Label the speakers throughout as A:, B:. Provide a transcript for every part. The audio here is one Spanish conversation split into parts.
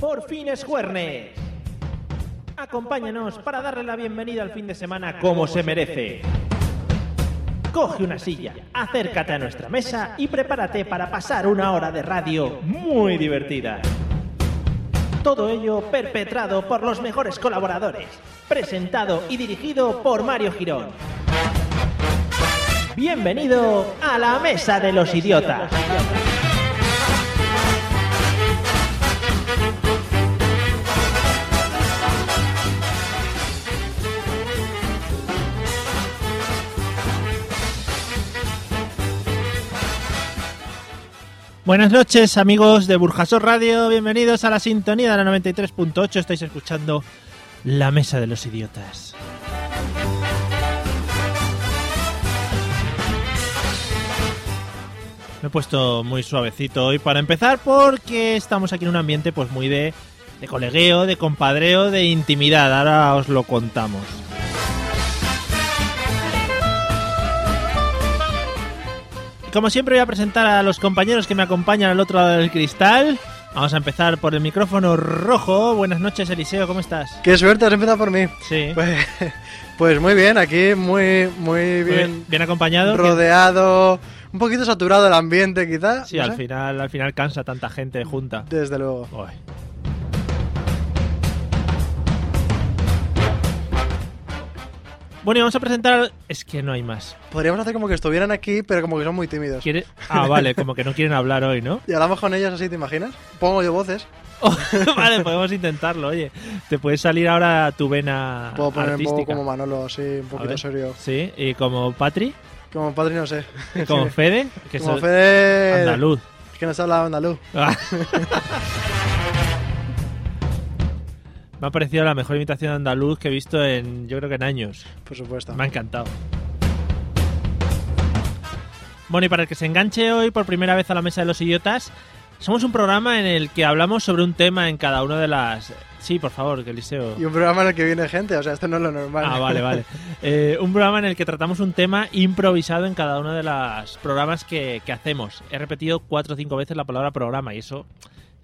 A: Por fin es jueves. Acompáñanos para darle la bienvenida al fin de semana como se merece. Coge una silla, acércate a nuestra mesa y prepárate para pasar una hora de radio muy divertida. Todo ello perpetrado por los mejores colaboradores, presentado y dirigido por Mario Girón. Bienvenido a la Mesa de los Idiotas. Buenas noches amigos de Burjasot Radio, bienvenidos a la sintonía de la 93.8, estáis escuchando La Mesa de los Idiotas. Me he puesto muy suavecito hoy para empezar porque estamos aquí en un ambiente pues muy de, de colegueo, de compadreo, de intimidad, ahora os lo contamos. Como siempre voy a presentar a los compañeros que me acompañan al otro lado del cristal. Vamos a empezar por el micrófono rojo. Buenas noches, Eliseo, ¿cómo estás?
B: Qué suerte, has empezado por mí.
A: Sí.
B: Pues, pues muy bien, aquí muy,
A: Muy
B: muy
A: bien,
B: bien,
A: Pues, bien acompañado.
B: rodeado, un poquito saturado el ambiente quizá.
A: Sí,
B: no
A: al
B: sé.
A: final, al final cansa tanta gente junta.
B: Desde luego.
A: Uy. Bueno, y vamos a presentar. Es que no hay más.
B: Podríamos hacer como que estuvieran aquí, pero como que son muy tímidos.
A: ¿Quiere- Ah, vale, como que no quieren hablar hoy, ¿no?
B: Y hablamos con ellos así, ¿te imaginas? Pongo yo voces.
A: vale, podemos intentarlo, oye. Te puede salir ahora tu vena
B: Puedo poner un poco
A: Ah, artística.
B: como Manolo, así, un
A: A ver.
B: poquito serio.
A: Sí, y como Patri,
B: Como padre, no sé.
A: y como Fede, que
B: como
A: es
B: Fede.
A: andaluz.
B: Es que no se habla andaluz.
A: Me ha parecido la mejor imitación de andaluz que he visto en, yo creo que en años.
B: Por supuesto.
A: Me ha encantado. Bueno, y para el que se enganche hoy por primera vez a la Mesa de los Idiotas, somos un programa en el que hablamos sobre un tema en cada una de las... Sí, por favor, que Eliseo...
B: Y un programa en el que viene gente, o sea, esto no es lo normal.
A: Ah, vale, vale. Eh, un programa en el que tratamos un tema improvisado en cada uno de los programas que, que hacemos. He repetido cuatro o cinco veces la palabra programa y eso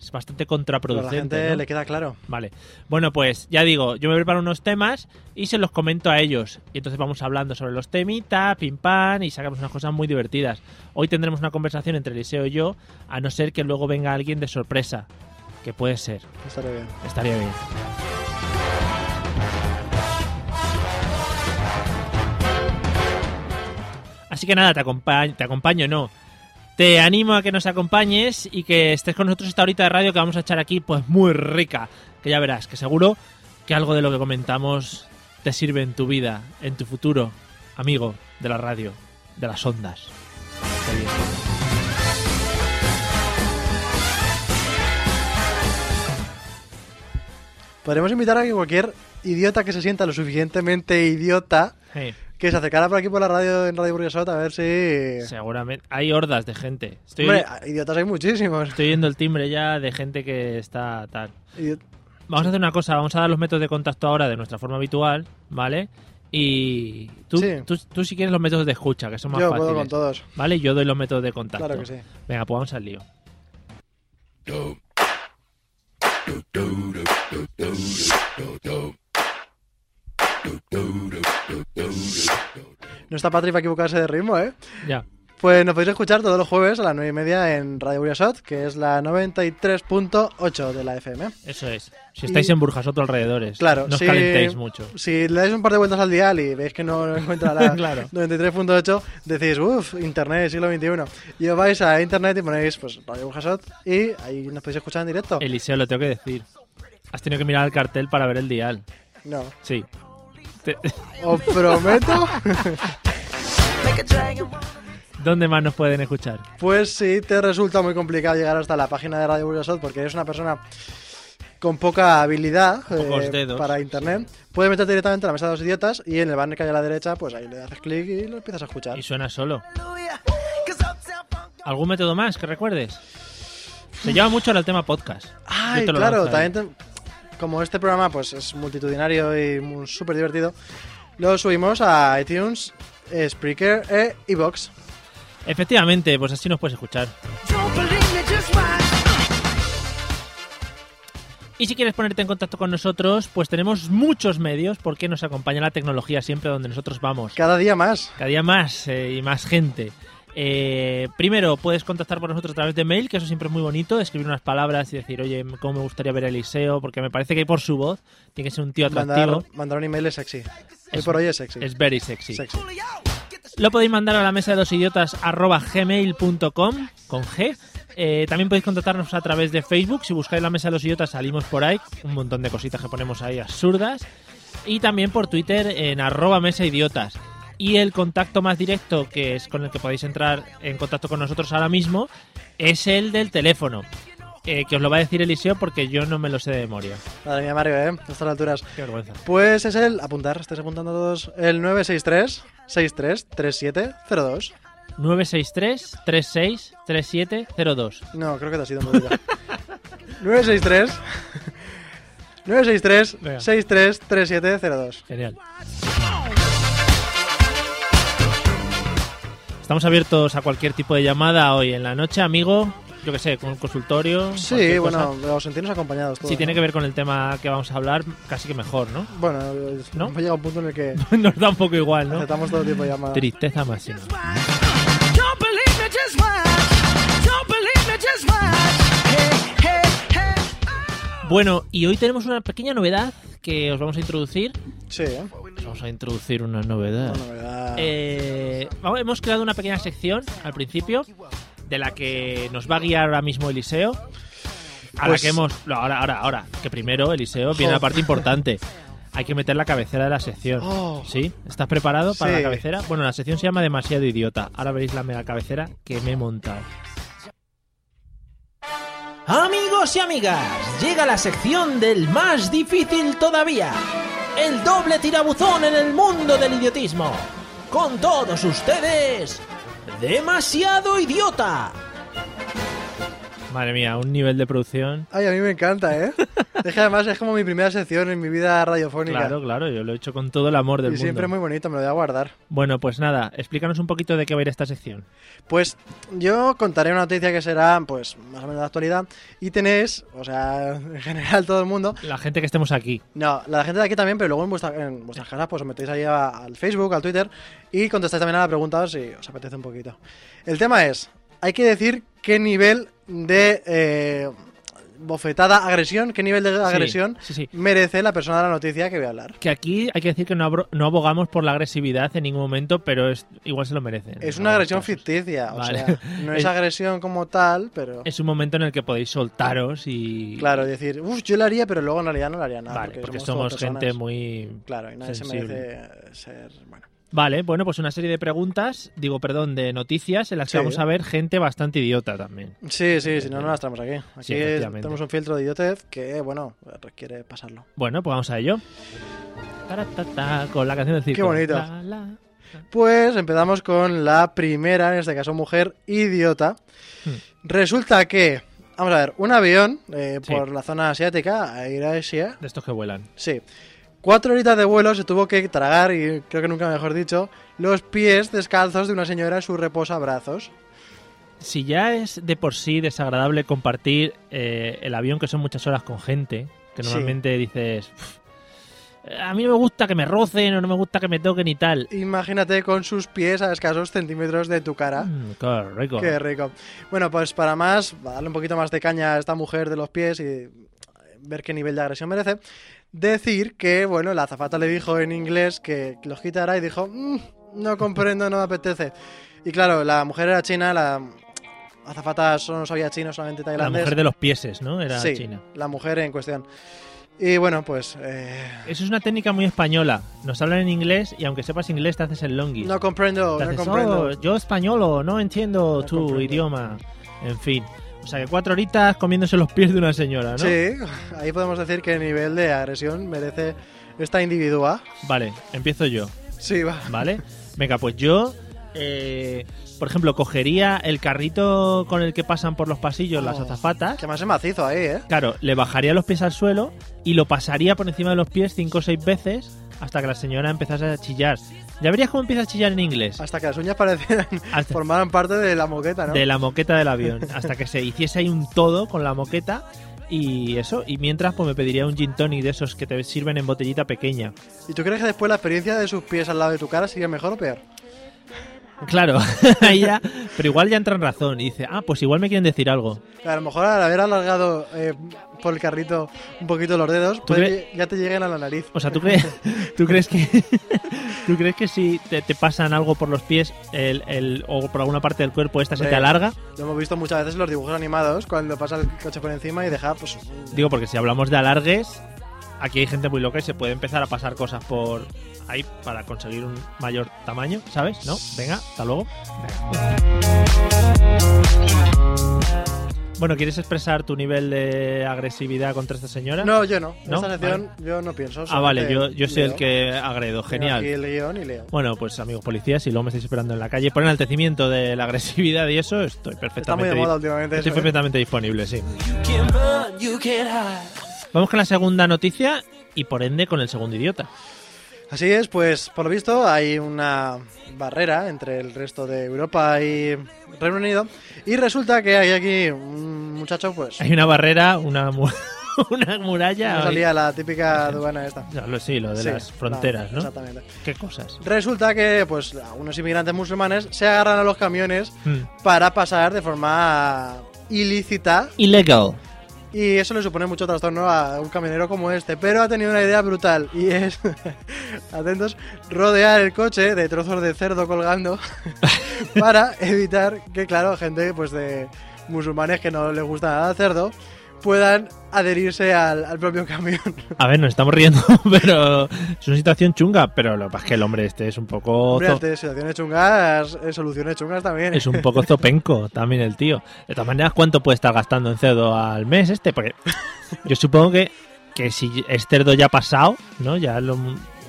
A: es bastante
B: Pero a la
A: contraproducente.
B: gente
A: ¿no?
B: le queda claro.
A: Vale. Bueno, pues ya digo, yo me preparo unos temas y se los comento a ellos. Y entonces vamos hablando sobre los temitas, pim pam, y sacamos unas cosas muy divertidas. Hoy tendremos una conversación entre Eliseo y yo, a no ser que luego venga alguien de sorpresa. Que puede ser,
B: Estaré bien.
A: estaría bien. Así que nada, te, acompa- te acompaño, no. Te animo a que nos acompañes y que estés con nosotros esta horita de radio que vamos a echar aquí, pues muy rica. Que ya verás, que seguro que algo de lo que comentamos te sirve en tu vida, en tu futuro, amigo de la radio, de las ondas. Qué bien.
B: Podremos invitar a que cualquier idiota que se sienta lo suficientemente idiota
A: Hey,
B: que se acercara por aquí por la radio en Radio Burguesot a ver si.
A: Eh. seguramente hay hordas de gente. Estoy,
B: Hombre, idiotas hay muchísimos.
A: estoy oyendo el timbre ya de gente que está tal.
B: Idiot-
A: Vamos a hacer una cosa, vamos a dar los métodos de contacto ahora de nuestra forma habitual, ¿vale? Y tú,
B: Sí.
A: tú, tú si quieres los métodos de escucha, que son más
B: Yo
A: fáciles.
B: puedo con todos.
A: ¿Vale? Yo doy los métodos de contacto.
B: Claro que sí.
A: Venga, pues vamos al lío.
B: No está Patri para equivocarse de ritmo, ¿eh?
A: Ya.
B: Pues nos podéis escuchar todos los jueves a las 9 y media en Radio Burguesot, que es la 93.8 de la FM.
A: Eso es. Si estáis en Burjasoto alrededores,
B: Claro,
A: no os
B: sí.
A: calentéis mucho.
B: Si le dais un par de vueltas al dial y veis que no encuentra la
A: Claro.
B: 93.8, decís, uff, internet, siglo XXI. Y os vais a internet y ponéis, pues, Radio Burjasot y ahí nos podéis escuchar en directo.
A: Eliseo, lo tengo que decir. Has tenido que mirar el cartel para ver el dial.
B: No.
A: Sí. Te-
B: Os prometo.
A: ¿Dónde más nos pueden escuchar?
B: Pues sí, te resulta muy complicado llegar hasta la página de Radio Burgasot porque eres una persona con poca habilidad eh,
A: Pocos dedos,
B: para internet. Puedes meterte directamente en la mesa de los idiotas y en el banner que hay a la derecha, pues ahí le das clic y lo empiezas a escuchar.
A: Y suena solo. ¿Algún método más que recuerdes? Se lleva mucho al tema podcast. Yo
B: Mm. Ay,
A: te lo
B: claro,
A: lanzo ahí.
B: también te- como este programa pues es multitudinario y súper divertido, lo subimos a iTunes, eh, Spreaker e iBox.
A: Efectivamente, pues así nos puedes escuchar.
C: Don't believe me, just watch.
A: Y si quieres ponerte en contacto con nosotros, pues tenemos muchos medios porque nos acompaña la tecnología siempre donde nosotros vamos.
B: Cada día más.
A: Cada día más eh, y más gente. Eh, primero, puedes contactar con nosotros a través de mail, que eso siempre es muy bonito, escribir unas palabras y decir, oye, cómo me gustaría ver a Eliseo, porque me parece que por su voz tiene que ser un tío atractivo.
B: Mandar, mandar un email es sexy. Hoy
A: Es-
B: por hoy es sexy.
A: Es very sexy.
B: Sexy.
A: Lo podéis mandar a la mesa de los idiotas arroba gmail.com con G. Eh, también podéis contactarnos a través de Facebook. Si buscáis la mesa de los idiotas salimos por ahí. Un montón de cositas que ponemos ahí absurdas. Y también por Twitter en arroba mesa idiotas. Y el contacto más directo que es con el que podéis entrar en contacto con nosotros ahora mismo es el del teléfono. eh, que os lo va a decir Eliseo porque yo no me lo sé de memoria.
B: Madre mía, Mario, ¿eh? A estas alturas.
A: Qué vergüenza.
B: Pues es el, apuntar, estáis apuntando todos, el 963 633702
A: 963 36 3702.
B: No, creo que te ha sido un poquito. 963 963
A: Venga.
B: 633702
A: Genial. Estamos abiertos a cualquier tipo de llamada hoy en la noche, amigo. Yo que sé, con un consultorio.
B: Sí,
A: cualquier
B: bueno, pues
A: cosa.
B: los sentirnos acompañados todos.
A: Si tiene
B: ¿no?
A: que ver con el tema que vamos a hablar, casi que mejor, ¿no?
B: Bueno,
A: ¿No?
B: ¿No? hemos llegado a un punto en el que
A: Nos da un poco igual, ¿no?
B: aceptamos todo tipo de llamadas.
A: Tristeza máxima.
C: Just watch. Don't believe me, just watch. Don't believe me, just watch. Hey, hey, hey. Oh.
A: Bueno, y hoy tenemos una pequeña novedad que os vamos a introducir.
B: Sí, ¿eh?
A: Os vamos a introducir una novedad.
B: Bueno, verdad.
A: Ah. Eh, vamos, hemos creado una pequeña sección al principio de la que nos va a guiar ahora mismo Eliseo. A la
B: Pues-
A: que hemos. no, ahora, ahora, ahora. Que primero, Eliseo, viene
B: Jo.
A: la parte importante. Hay que meter la cabecera de la sección.
B: Oh.
A: ¿Sí? ¿Estás preparado para la
B: Sí.
A: cabecera? Bueno, la sección se llama Demasiado Idiota. Ahora veréis la mega cabecera que me he montado.
D: Amigos y amigas, llega la sección del más difícil todavía, el doble tirabuzón en el mundo del idiotismo. Con todos ustedes, demasiado idiota.
A: Madre mía, un nivel de producción.
B: Ay, a mí me encanta, ¿eh? es que además es como mi primera sección en mi vida radiofónica.
A: Claro, claro, yo lo he hecho con todo el amor
B: y
A: del mundo.
B: siempre es muy bonito, me lo voy a guardar.
A: Bueno, pues nada, explícanos un poquito de qué va a ir esta sección.
B: Pues yo contaré una noticia que será, pues, más o menos de actualidad. Y tenéis, o sea, en general todo el mundo.
A: La gente que estemos aquí.
B: No, la gente de aquí también, pero luego en, vuestra- en vuestras casas, pues os metéis ahí a- al Facebook, al Twitter y contestáis también a la pregunta si os apetece un poquito. El tema es, hay que decir qué nivel de eh, bofetada, agresión, qué nivel de agresión
A: Sí, sí, sí.
B: merece la persona de la noticia que voy a hablar.
A: Que aquí hay que decir que no, abro- no abogamos por la agresividad en ningún momento, pero es, igual se lo merecen.
B: Es
A: en
B: una
A: algunos
B: agresión
A: casos.
B: ficticia, o
A: Vale.
B: sea, no es
A: Es-
B: agresión como tal, pero...
A: Es un momento en el que podéis soltaros y.
B: Claro, decir, uff, yo lo haría, pero luego en realidad no lo haría nada.
A: Vale, porque, somos,
B: todos
A: gente
B: personas.
A: muy.
B: Claro, y nadie
A: sensible.
B: se merece ser... Bueno,
A: Vale, bueno, pues una serie de preguntas, digo, perdón, de noticias en las que
B: Sí.
A: vamos a ver gente bastante idiota también.
B: Sí, sí, si no, no las traemos aquí. Aquí
A: Sí, efectivamente.
B: tenemos un filtro de idiotez que, bueno, requiere pasarlo.
A: Bueno, pues vamos a ello. Taratata, con la canción del circo.
B: bonito.
A: La, la.
B: Pues empezamos con la primera, en este caso mujer idiota.
A: Hmm.
B: Resulta que, vamos a ver, un avión eh,
A: Sí.
B: por la zona asiática, a ir a Asia,
A: De estos que vuelan.
B: sí. Cuatro horitas de vuelo se tuvo que tragar, y creo que nunca mejor dicho, los pies descalzos de una señora en su reposabrazos.
A: Si ya es de por sí desagradable compartir eh, el avión, que son muchas horas con gente, que
B: Sí.
A: normalmente dices, "Uf, a mí no me gusta que me rocen o no me gusta que me toquen y tal.
B: Imagínate con sus pies a escasos centímetros de tu cara.
A: Mm, qué rico.
B: Qué rico. Bueno, pues para más, para darle un poquito más de caña a esta mujer de los pies y ver qué nivel de agresión merece, decir que, bueno, la azafata le dijo en inglés que los quitará y dijo, "Mm, no comprendo, no me apetece. Y claro, la mujer era china, la azafata solo no sabía chino, solamente
A: La
B: tailandés.
A: mujer de los pieses, ¿no? Era
B: Sí,
A: China.
B: la mujer en cuestión. Y bueno, pues eh,
A: Eso es una técnica muy española. Nos hablan en inglés y aunque sepas inglés te haces el longi.
B: no comprendo,
A: Te
B: no
A: haces,
B: comprendo.
A: "Oh, yo españolo, no entiendo
B: No
A: tu
B: comprendo.
A: idioma. En fin. O sea que cuatro horitas comiéndose los pies de una señora, ¿no?
B: Sí, ahí podemos decir que el nivel de agresión merece esta individua.
A: Vale, empiezo yo,
B: Sí, va.
A: ¿vale? Venga, pues yo, eh, por ejemplo, cogería el carrito con el que pasan por los pasillos las
B: Oh.
A: azafatas.
B: Que más es macizo ahí, ¿eh?
A: Claro, le bajaría los pies al suelo y lo pasaría por encima de los pies cinco o seis veces hasta que la señora empezase a chillar. Ya verías cómo empieza a chillar en inglés.
B: Hasta que las uñas parecieran
A: Hasta-
B: formaran parte de la moqueta, ¿no?
A: de la moqueta del avión hasta que se hiciese ahí un todo con la moqueta y eso y mientras pues me pediría un gin tonic de esos que te sirven en botellita pequeña
B: ¿Y tú crees que después la experiencia de sus pies al lado de tu cara sería mejor o peor?
A: claro ahí ya- pero igual ya entra en razón y dice ah pues igual me quieren decir algo
B: A lo mejor al haber alargado eh, por el carrito un poquito los dedos, puede
A: crees?
B: que ya te lleguen a la nariz.
A: o sea tú crees tú crees que tú crees que si te, te pasan algo por los pies el, el- o por alguna parte del cuerpo esta se te
B: Hombre.
A: alarga
B: Lo hemos visto muchas veces en los dibujos animados, cuando pasa el coche por encima y deja, pues... un-
A: digo porque si hablamos de alargues aquí hay gente muy loca y se puede empezar a pasar cosas por ahí para conseguir un mayor tamaño sabes no venga hasta luego Bueno, ¿quieres expresar tu nivel de agresividad contra esta señora?
B: No, yo no. En
A: ¿No?
B: esta sección yo no pienso.
A: Ah, vale,
B: solamente
A: yo, yo soy
B: leo.
A: el que agredo,
B: Tengo
A: genial.
B: aquí el guión y leo.
A: Bueno, pues amigos policías, si luego me estáis esperando en la calle por enaltecimiento de la agresividad y eso, estoy
B: Está muy
A: perfectamente,
B: de
A: di-
B: moda últimamente
A: estoy
B: eso, ¿eh?
A: perfectamente disponible, sí.
C: You can run, you can hide.
A: Vamos con la segunda noticia y por ende con el segundo idiota.
B: Así es, pues por lo visto hay una barrera entre el resto de Europa y Reino Unido y resulta que hay aquí un muchacho, pues
A: Hay una barrera, una, mu- una muralla.
B: no salía la típica aduana esta.
A: No, lo- sí, lo de
B: Sí,
A: las fronteras,
B: la-
A: ¿no?
B: Exactamente.
A: ¿Qué cosas?
B: Resulta que pues algunos inmigrantes musulmanes se agarran a los camiones
A: Hmm.
B: para pasar de forma ilícita
A: Illegal.
B: Y eso le supone mucho trastorno a un camionero como este, pero ha tenido una idea brutal y es, atentos, rodear el coche de trozos de cerdo colgando para evitar que, claro, gente pues de musulmanes que no les gusta nada el cerdo puedan adherirse al, al propio camión.
A: A ver, nos estamos riendo, pero es una situación chunga, pero lo que pasa es que el hombre este es un poco
B: Hombre,
A: zo-
B: ante situaciones chungas, eh, soluciones chungas también.
A: es un poco zopenco también el tío. De todas maneras, ¿cuánto puede estar gastando en cerdo al mes este? Porque yo supongo que, que si es cerdo ya pasado, ¿no? Ya lo,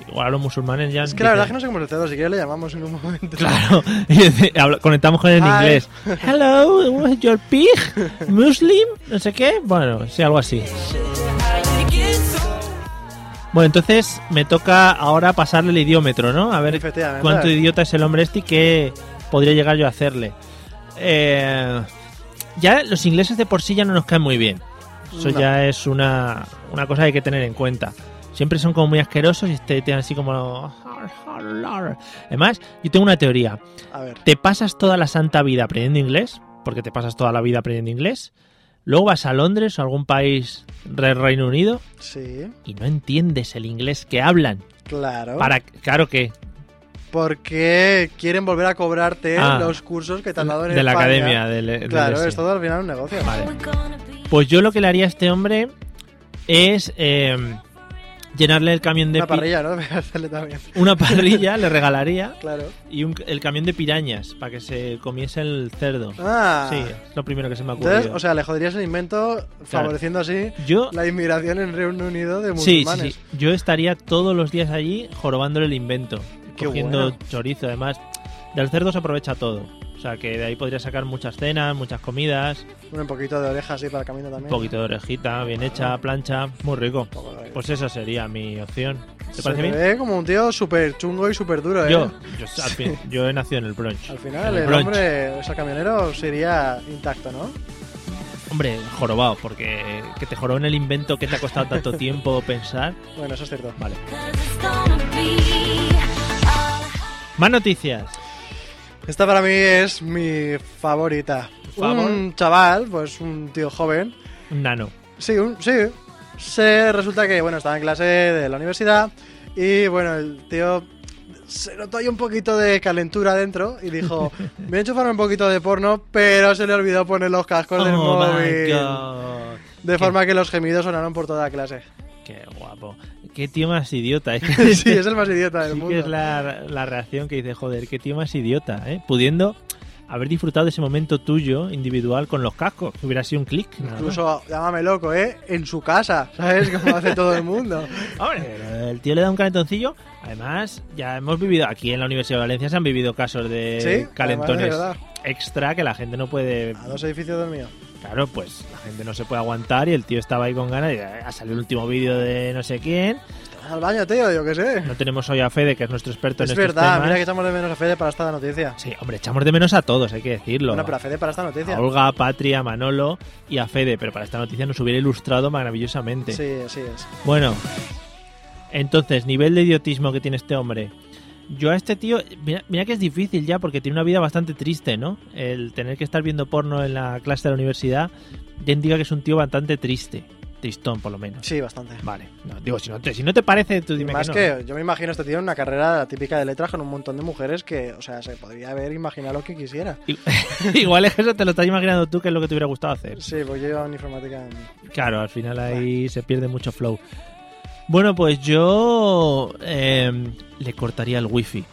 A: igual a los musulmanes ya
B: Es que la verdad es
A: dicen-
B: que no sé cómo es el cerdo, si quieres le llamamos en un momento.
A: Claro, y dice- habla- conectamos con el
B: Hi.
A: inglés. Hello, what's your pig? Muslim, no sé qué. Bueno, sí, algo así. Bueno, entonces me toca ahora pasarle el idiómetro, ¿no? A ver
B: Efectivamente.
A: cuánto idiota es el hombre este y qué podría llegar yo a hacerle. Eh, ya los ingleses de por sí ya no nos caen muy bien. Eso
B: No.
A: ya es una, una cosa que hay que tener en cuenta. Siempre son como muy asquerosos y te tienen así como... Además, yo tengo una teoría.
B: A ver,
A: Te pasas toda la santa vida aprendiendo inglés, porque te pasas toda la vida aprendiendo inglés. Luego vas a Londres o a algún país del Reino Unido
B: sí,
A: y no entiendes el inglés que hablan.
B: claro.
A: Para, claro que
B: Porque quieren volver a cobrarte
A: Ah.
B: los cursos que te han dado en
A: de la
B: España.
A: academia del, del
B: Claro,
A: ese.
B: es todo al final un negocio.
A: Vale. Pues yo lo que le haría a este hombre es eh, llenarle el camión de
B: Una
A: pi-
B: parrilla, ¿no? Debe hacerle también.
A: una parrilla le regalaría
B: Claro.
A: y un- el camión de pirañas para que se comiese el cerdo.
B: Ah.
A: Sí, es lo primero que se me ha ocurrido.
B: Entonces, o sea, le joderías el invento favoreciendo así
A: yo
B: la inmigración en Reino Unido de
A: Sí,
B: musulmanes.
A: sí, sí. Yo estaría todos los días allí jorobándole el invento.
B: Qué
A: cogiendo
B: bueno.
A: chorizo, además. Del cerdo se aprovecha todo. O sea, que de ahí podría sacar muchas cenas, muchas comidas,
B: Un poquito de oreja así para el camino también.
A: un poquito de orejita, bien hecha, plancha, muy rico.
B: Poco de-
A: Pues esa sería mi opción. ¿Te
B: Se
A: parece bien?
B: ve como un tío súper chungo y súper duro, ¿eh?
A: Yo, yo, al fin- yo he nacido en el brunch.
B: Al final,
A: En
B: el,
A: el brunch.
B: hombre, o sea, camionero sería intacto, ¿no?
A: Hombre, jorobado, porque eh, que te joroben el invento que te ha costado tanto tiempo pensar.
B: Bueno, eso es cierto.
A: Vale. Más noticias.
B: Esta para mí es mi favorita.
A: Favor.
B: Un chaval, pues un tío joven,
A: Un nano.
B: Sí, un- sí. Se resulta que, bueno, estaba en clase de la universidad y, bueno, el tío se notó ahí un poquito de calentura dentro y dijo, me voy a enchufar un poquito de porno, pero se le olvidó poner los cascos del
A: Oh my
B: móvil.
A: God.
B: De forma que los gemidos sonaron por toda la clase.
A: Qué guapo. Qué tío más idiota. Es que-
B: sí, es el más idiota del
A: sí
B: mundo.
A: que es la, la reacción que dice, joder, qué tío más idiota, ¿eh? Pudiendo haber disfrutado de ese momento tuyo, individual, con los cascos. que Hubiera sido un clic. nada más.
B: Incluso, llámame loco, ¿eh? En su casa, ¿sabes? Como hace todo el mundo.
A: Hombre, pero el tío le da un calentoncillo. Además, ya hemos vivido, aquí en la Universidad de Valencia se han vivido casos de
B: Sí, además,
A: calentones
B: es verdad.
A: extra que la gente no puede...
B: A dos edificios del mío.
A: Claro, pues la gente no se puede aguantar y el tío estaba ahí con ganas y eh, ha salido el último vídeo de no sé quién.
B: Al baño, tío, yo qué sé.
A: No tenemos hoy a Fede, que es nuestro experto
B: es
A: en estos
B: verdad,
A: temas.
B: mira que echamos de menos a Fede para esta noticia.
A: Sí, hombre, echamos de menos a todos, hay que decirlo.
B: Bueno, pero a Fede para esta
A: a
B: noticia.
A: Olga, a Patria, a Manolo y a Fede, pero para esta noticia nos hubiera ilustrado maravillosamente.
B: Sí, así es.
A: Bueno, entonces, nivel de idiotismo que tiene este hombre. Yo a este tío, mira, mira que es difícil ya, porque tiene una vida bastante triste, ¿no? El tener que estar viendo porno en la clase de la universidad, bien diga que es un tío bastante triste. Tristón, por lo menos.
B: Sí, bastante.
A: Vale, no, digo, si no, te, si no te parece, tú dime
B: Más
A: que no.
B: que, yo me imagino este tío en una carrera típica de letras con un montón de mujeres que, o sea, se podría haber imaginado lo que quisiera.
A: Igual es que eso te lo estás imaginando tú, que es lo que te hubiera gustado hacer.
B: Sí, pues yo llevo en informática. en-
A: Claro, al final ahí se pierde mucho flow. Bueno, pues yo em, le cortaría el wifi.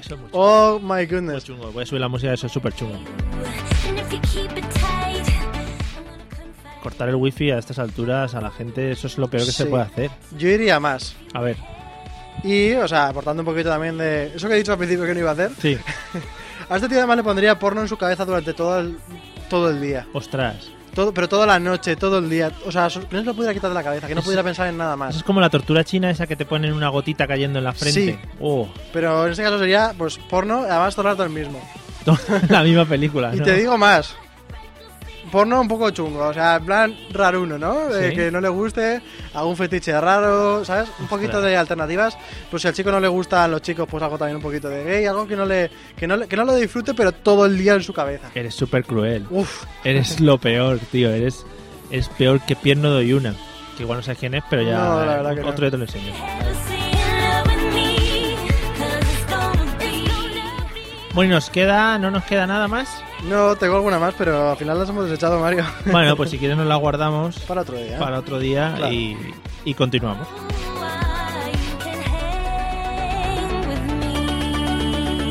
A: Eso es muy chungo.
B: Oh my
A: muy
B: goodness.
A: chungo. Voy a subir la música, eso es súper chungo.
E: And if you keep it tight, I'm gonna confide.
A: Cortar el wifi a estas alturas a la gente, eso es lo peor que se
B: Sí.
A: puede hacer.
B: Yo iría más.
A: A ver,
B: Y, o sea, aportando un poquito también de. Eso que he dicho al principio que no iba a hacer.
A: sí,
B: A este tío además le pondría porno en su cabeza durante todo el, todo el día.
A: ostras.
B: Todo, pero toda la noche, todo el día. O sea, so- que no se lo pudiera quitar de la cabeza, que no
A: Sí.
B: pudiera pensar en nada
A: Eso es
B: más.
A: como la tortura china esa que te ponen una gotita cayendo en la frente.
B: Sí.
A: Oh,
B: Pero en este caso sería, pues, porno, además todo el rato el mismo.
A: la misma película.
B: Y
A: ¿no?
B: te digo más. Porno un poco chungo, o sea, en plan raruno, ¿no? De
A: Sí.
B: que no le guste, algún fetiche raro, ¿sabes? Un poquito
A: Ostras.
B: de alternativas. Pues si al chico no le gustan los chicos, pues algo también un poquito de gay, algo que no le que no, le- que no lo disfrute, pero todo el día en su cabeza.
A: Eres súper cruel.
B: Uf,
A: Eres lo peor, tío. Eres, eres peor que Pierno de Yuna. Que igual no sabes quién es, pero ya
B: No, la verdad que no.
A: otro día te lo enseño.
E: Have a say in love with me, 'cause it's gonna be.
A: Bueno, y nos queda, no nos queda nada más.
B: no tengo alguna más, pero al final las hemos desechado, Mario.
A: Bueno, pues si quieres nos la guardamos
B: Para otro día. ¿eh?
A: para otro día
B: Claro.
A: y, y continuamos.
E: Ooh, ah, you can hang with me.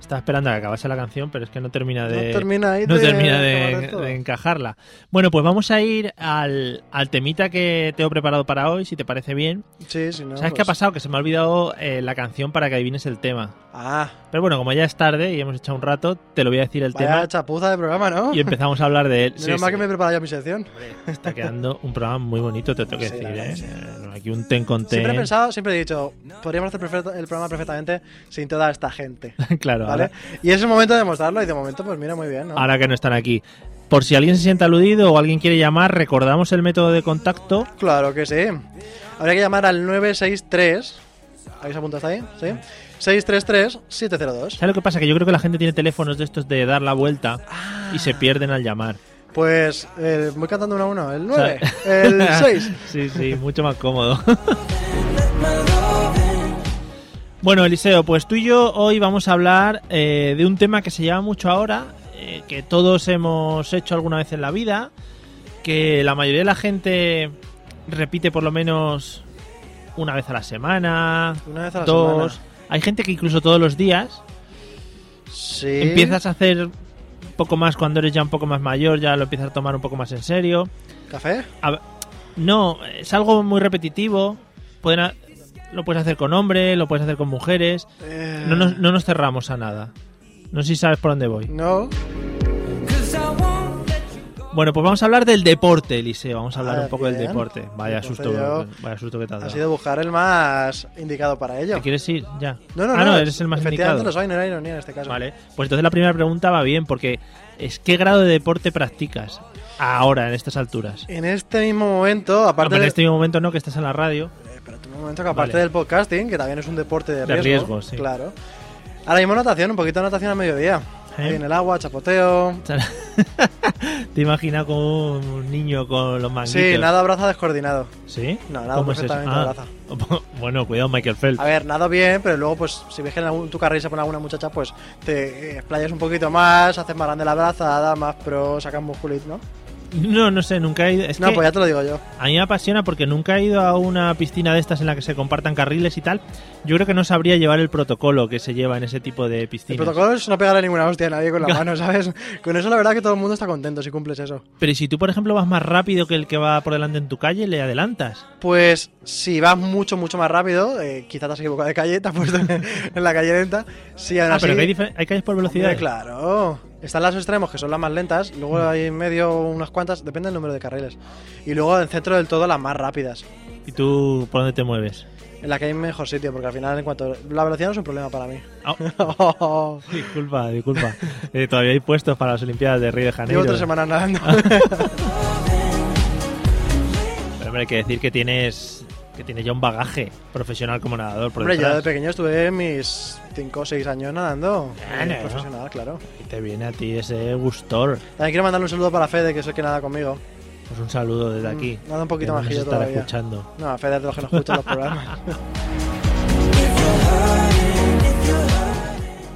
A: Estaba esperando a que acabase la canción, pero es que no termina de,
B: No termina ahí
A: no
B: de
A: termina de-
B: acabar esto.
A: de encajarla. Bueno, pues vamos a ir al, al temita que te he preparado para hoy, si te parece bien.
B: Sí, si no.
A: ¿Sabes qué ha
B: pues-
A: pasado? Que se me ha olvidado eh, la canción para que adivines el tema.
B: Ah,
A: Pero bueno, como ya es tarde y hemos echado un rato, te lo voy a decir el
B: vaya
A: tema
B: chapuza de programa, ¿no?
A: y empezamos a hablar de él. Sí,
B: Menos mal
A: sí.
B: que me he preparado ya mi sección.
A: Está quedando un programa muy bonito, te tengo que
B: Sí,
A: decir.
B: la verdad,
A: ¿eh? Eh, Aquí un ten con ten.
B: Siempre he pensado, siempre he dicho, podríamos hacer perfecto- el programa perfectamente sin toda esta gente.
A: claro,
B: ¿Vale?
A: ahora,
B: Y es el momento de demostrarlo y de momento, pues mira, muy bien, ¿no?
A: ahora que no están aquí. Por si alguien se siente aludido o alguien quiere llamar, recordamos el método de contacto.
B: Claro que sí. Habría que llamar al 963. ¿Habéis apuntado hasta ahí? Sí. 633-702.
A: ¿Sabes lo que pasa? Que yo creo que la gente tiene teléfonos de estos de dar la vuelta y
B: Ah.
A: se pierden al llamar.
B: Pues eh, voy cantando uno a uno. El 9, el 6.
A: Sí, sí, mucho más cómodo. Bueno, Eliseo, pues tú y yo hoy vamos a hablar eh, de un tema que se lleva mucho ahora, eh, que todos hemos hecho alguna vez en la vida, que la mayoría de la gente repite por lo menos una vez a la semana,
B: Una vez a la
A: dos.
B: semana.
A: Hay gente que incluso todos los días
B: Sí.
A: empiezas a hacer un poco más cuando eres ya un poco más mayor, ya lo empiezas a tomar un poco más en serio.
B: ¿Café?
A: A ver, no, es algo muy repetitivo. Pueden ha- lo puedes hacer con hombres, lo puedes hacer con mujeres.
B: Eh,
A: No nos, no nos cerramos a nada. No sé si sabes por dónde voy.
B: No.
A: Bueno, pues vamos a hablar del deporte, Eliseo. Vamos a hablar
B: Ah,
A: un poco del
B: bien.
A: deporte. Vaya
B: Entonces
A: susto,
B: yo-
A: vaya susto que te has
B: Ha
A: dado.
B: sido buscar el más indicado para ello.
A: ¿Te quieres ir? Ya.
B: No, no,
A: ah,
B: no,
A: no, eres el más
B: efectivamente
A: indicado.
B: lo soy, no era ironía en este caso.
A: Vale. Pues entonces la primera pregunta va bien, porque es ¿qué grado de deporte practicas ahora, en estas alturas?
B: En este mismo momento,
A: Ah,
B: aparte,
A: pero en
B: de-
A: este mismo momento no, que estás en la radio.
B: eh, pero en un momento que aparte
A: Vale.
B: del podcasting, que también es un deporte de
A: De
B: riesgo,
A: riesgo, sí.
B: claro. Ahora mismo natación, un poquito de natación al mediodía.
A: ¿Eh?
B: Ahí en el agua, chapoteo.
A: Te imaginas como un niño con los manguitos.
B: Sí, nada abraza descoordinado.
A: ¿Sí?
B: No, nada,
A: ¿Cómo es eso?
B: perfectamente
A: Ah, bueno, cuidado, Michael Phelps.
B: A ver, nado bien, pero luego, pues, si ves que en algún- tu carril se pone alguna muchacha, pues te eh, explayas un poquito más, haces más grande la brazada, más pro, sacas musculito, ¿no?
A: No, no sé, nunca he ido. Es
B: No,
A: que
B: pues ya te lo digo yo.
A: A mí me apasiona porque nunca he ido a una piscina de estas en la que se compartan carriles y tal. Yo creo que no sabría llevar el protocolo que se lleva en ese tipo de
B: El
A: piscinas.
B: protocolo es no pegarle ninguna hostia a nadie con la mano, ¿sabes? Con eso la verdad que todo el mundo está contento si cumples eso.
A: Pero ¿y si tú, por ejemplo, vas más rápido que el que va por delante en tu calle, le adelantas.
B: Pues si vas mucho, mucho más rápido, eh, quizá te has equivocado de calle, te has puesto en, en la calle lenta. Si aún
A: Ah, pero
B: así-
A: que hay, difer- hay calles por velocidad.
B: Hombre, claro. Están las extremos, que son las más lentas.
A: Mm.
B: Luego hay en medio unas cuantas, depende del número de carriles. Y luego en centro del todo las más rápidas.
A: ¿Y tú por dónde te mueves?
B: En la que hay mejor sitio, porque al final, en cuanto. La velocidad no es un problema para mí.
A: Ah, disculpa, disculpa. Eh, todavía hay puestos para las Olimpiadas de Río de Janeiro.
B: Llevo tres semanas nadando.
A: Pero, hombre, hay que decir que tienes, que tienes ya un bagaje profesional como nadador. Por
B: Hombre, yo de
A: detrás.
B: pequeño estuve mis 5 o 6 años nadando.
A: Ah,
B: Eh,
A: no.
B: Profesional, claro.
A: Y te viene a ti ese gustor.
B: También quiero mandarle un saludo para Fede, que es el que nada conmigo.
A: Pues un saludo desde aquí.
B: Mm, nada, un
A: que
B: poquito más
A: nos
B: que yo
A: estará
B: todavía.
A: escuchando.
B: No, a Fede es de los que nos gustan los programas.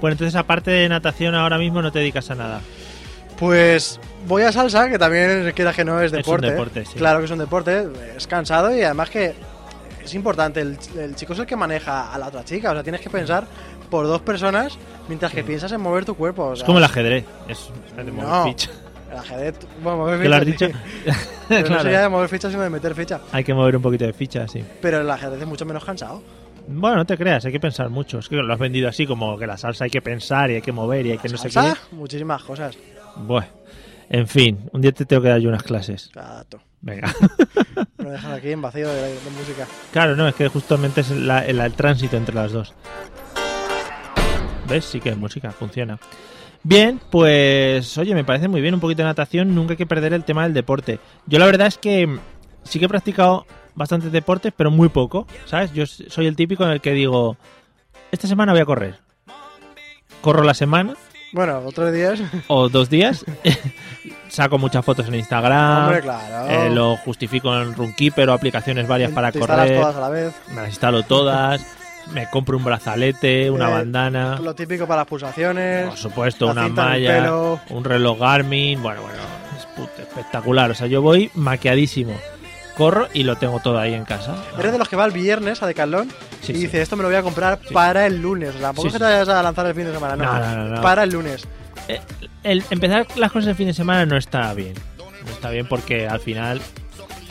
A: Bueno, entonces aparte de natación ahora mismo no te dedicas a nada.
B: Pues voy a salsa, que también quieras que no es
A: un
B: deporte.
A: deporte, sí.
B: Claro que es un deporte, es cansado y además que es importante, el, el chico es el que maneja a la otra chica, o sea, tienes que pensar por dos personas mientras que piensas en mover tu cuerpo. o
A: Es
B: sea,
A: como el ajedrez. Es es de mover
B: No.
A: ficha.
B: el ajedrez, bueno, mover
A: ¿Qué lo has
B: fichas,
A: dicho?
B: sí. Pero
A: Claro.
B: No sería de mover fichas, sino de meter ficha.
A: Hay que mover un poquito de ficha, sí.
B: Pero el ajedrez es mucho menos cansado.
A: Bueno, no te creas, hay que pensar mucho. Es que lo has vendido así, como que la salsa hay que pensar y hay que mover y hay que no sé
B: Salsa,
A: qué.
B: muchísimas cosas.
A: Bueno, en fin, un día te tengo que dar yo unas clases.
B: Gato.
A: Venga.
B: Me dejan aquí en vacío de, de música.
A: Claro, no, es que justamente es la- el, el tránsito entre las dos. ¿Ves? Sí que es música, funciona. Bien, pues oye, me parece muy bien un poquito de natación, nunca hay que perder el tema del deporte. Yo la verdad es que mm, sí que he practicado bastantes deportes, pero muy poco, ¿sabes? Yo s- soy el típico en el que digo, esta semana voy a correr. Corro la semana
B: Bueno, otros días.
A: o dos días, saco muchas fotos en Instagram,
B: Hombre, claro.
A: eh, lo justifico en Runkeeper o aplicaciones varias para
B: Te Oh. instalas
A: correr
B: todas a la vez.
A: me las instalo todas, me compro un brazalete, una
B: Eh,
A: bandana,
B: Lo típico para las pulsaciones.
A: por supuesto,
B: la
A: una
B: cinta en el
A: malla,
B: pelo.
A: un reloj Garmin, bueno, bueno, es put- espectacular, o sea, yo voy maqueadísimo. Corro y lo tengo todo ahí en casa.
B: Eres de los que va el viernes a Decathlon
A: Sí,
B: y
A: sí.
B: dice, esto me lo voy a comprar
A: Sí.
B: para el lunes. O sea, tampoco
A: Sí,
B: es que
A: sí.
B: te vayas a lanzar el fin de semana, no.
A: No, no, no, no.
B: Para el lunes.
A: Eh, el empezar las cosas el fin de semana no está bien. No está bien porque al final,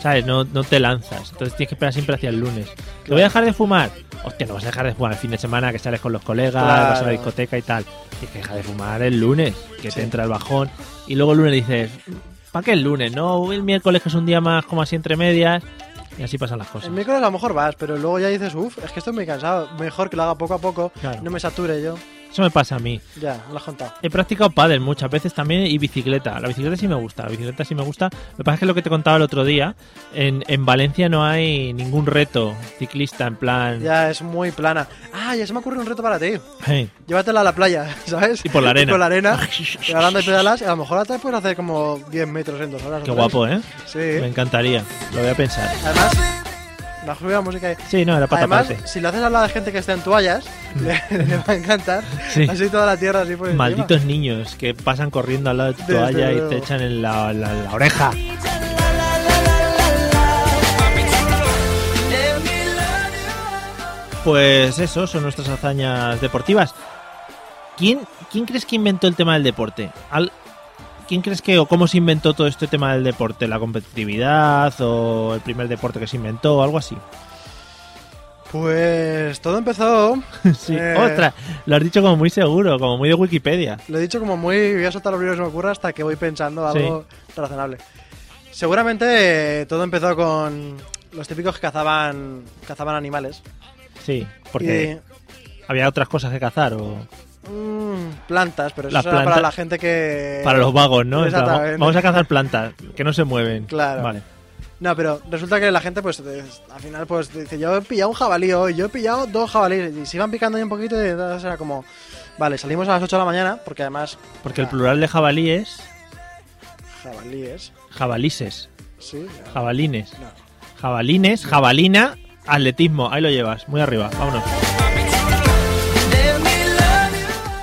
A: ¿sabes? No, no te lanzas. Entonces tienes que esperar siempre hacia el lunes. ¿Te voy a dejar de fumar? Hostia, no vas a dejar de fumar el fin de semana que sales con los colegas,
B: Claro.
A: vas a la discoteca y tal. Tienes que dejar de fumar el lunes, que
B: Sí.
A: te entra el bajón. Y luego el lunes dices, ¿para qué el lunes? No, el miércoles que es un día más como así entre medias. Y así pasan las cosas.
B: El miércoles a lo mejor vas, pero luego ya dices, uff, es que estoy muy cansado. Mejor que lo haga poco a poco.
A: Claro.
B: No me sature yo.
A: Eso me pasa a mí.
B: Ya, lo has contado.
A: He practicado pádel muchas veces también y bicicleta. La bicicleta sí me gusta, la bicicleta sí me gusta. Lo que pasa es que lo que te contaba el otro día, en, en Valencia no hay ningún reto ciclista en plan...
B: Ya es muy plana. Ah, ya se me ocurre un reto para ti.
A: Hey,
B: Llévatela a la playa, ¿sabes?
A: Y por la arena.
B: por la arena. y hablando de pedalas, a lo mejor hasta puedes hacer como 10 metros en dos horas. o
A: qué
B: tres.
A: guapo, ¿eh?
B: Sí.
A: Me encantaría, lo voy a pensar.
B: Además, la jugada música ahí.
A: Sí, no, era pata
B: Además,
A: aparte.
B: si lo haces al lado de gente que esté en toallas, le, le va a encantar.
A: Sí.
B: Así toda la tierra, así por encima.
A: Malditos niños que pasan corriendo al lado de tu
B: Desde
A: toalla y
B: luego.
A: te echan en la, la- la oreja. Pues eso, son nuestras hazañas deportivas. ¿Quién, quién crees que inventó el tema del deporte? Al- ¿Quién crees que o cómo se inventó todo este tema del deporte? ¿La competitividad o el primer deporte que se inventó o algo así?
B: Pues todo empezó,
A: sí.
B: Eh.
A: Ostras, lo has dicho como muy seguro, como muy de Wikipedia.
B: lo he dicho como muy. Voy a soltar los libros que se me ocurra hasta que voy pensando algo razonable. Seguramente eh, todo empezó con los típicos que cazaban, cazaban animales.
A: Sí, porque había otras cosas que cazar o...
B: Y, mm, plantas, pero eso
A: La
B: era para
A: planta-
B: la gente que.
A: Para los vagos, ¿no? En plan,
B: Eh, Exactamente.
A: vamos a cazar plantas que no se mueven.
B: Claro.
A: Vale.
B: No, pero resulta que la gente, pues, eh, al final, pues, dice, yo he pillado un jabalí hoy, yo he pillado dos jabalíes. Y se iban picando ahí un poquito y entonces era como, vale, salimos a las 8 de la mañana, porque además...
A: Porque el
B: ah,
A: plural de jabalí es
B: Jabalíes,
A: jabalises,
B: sí.
A: jabalines,
B: No.
A: jabalines, jabalina, atletismo. Ahí lo llevas, muy arriba, vámonos.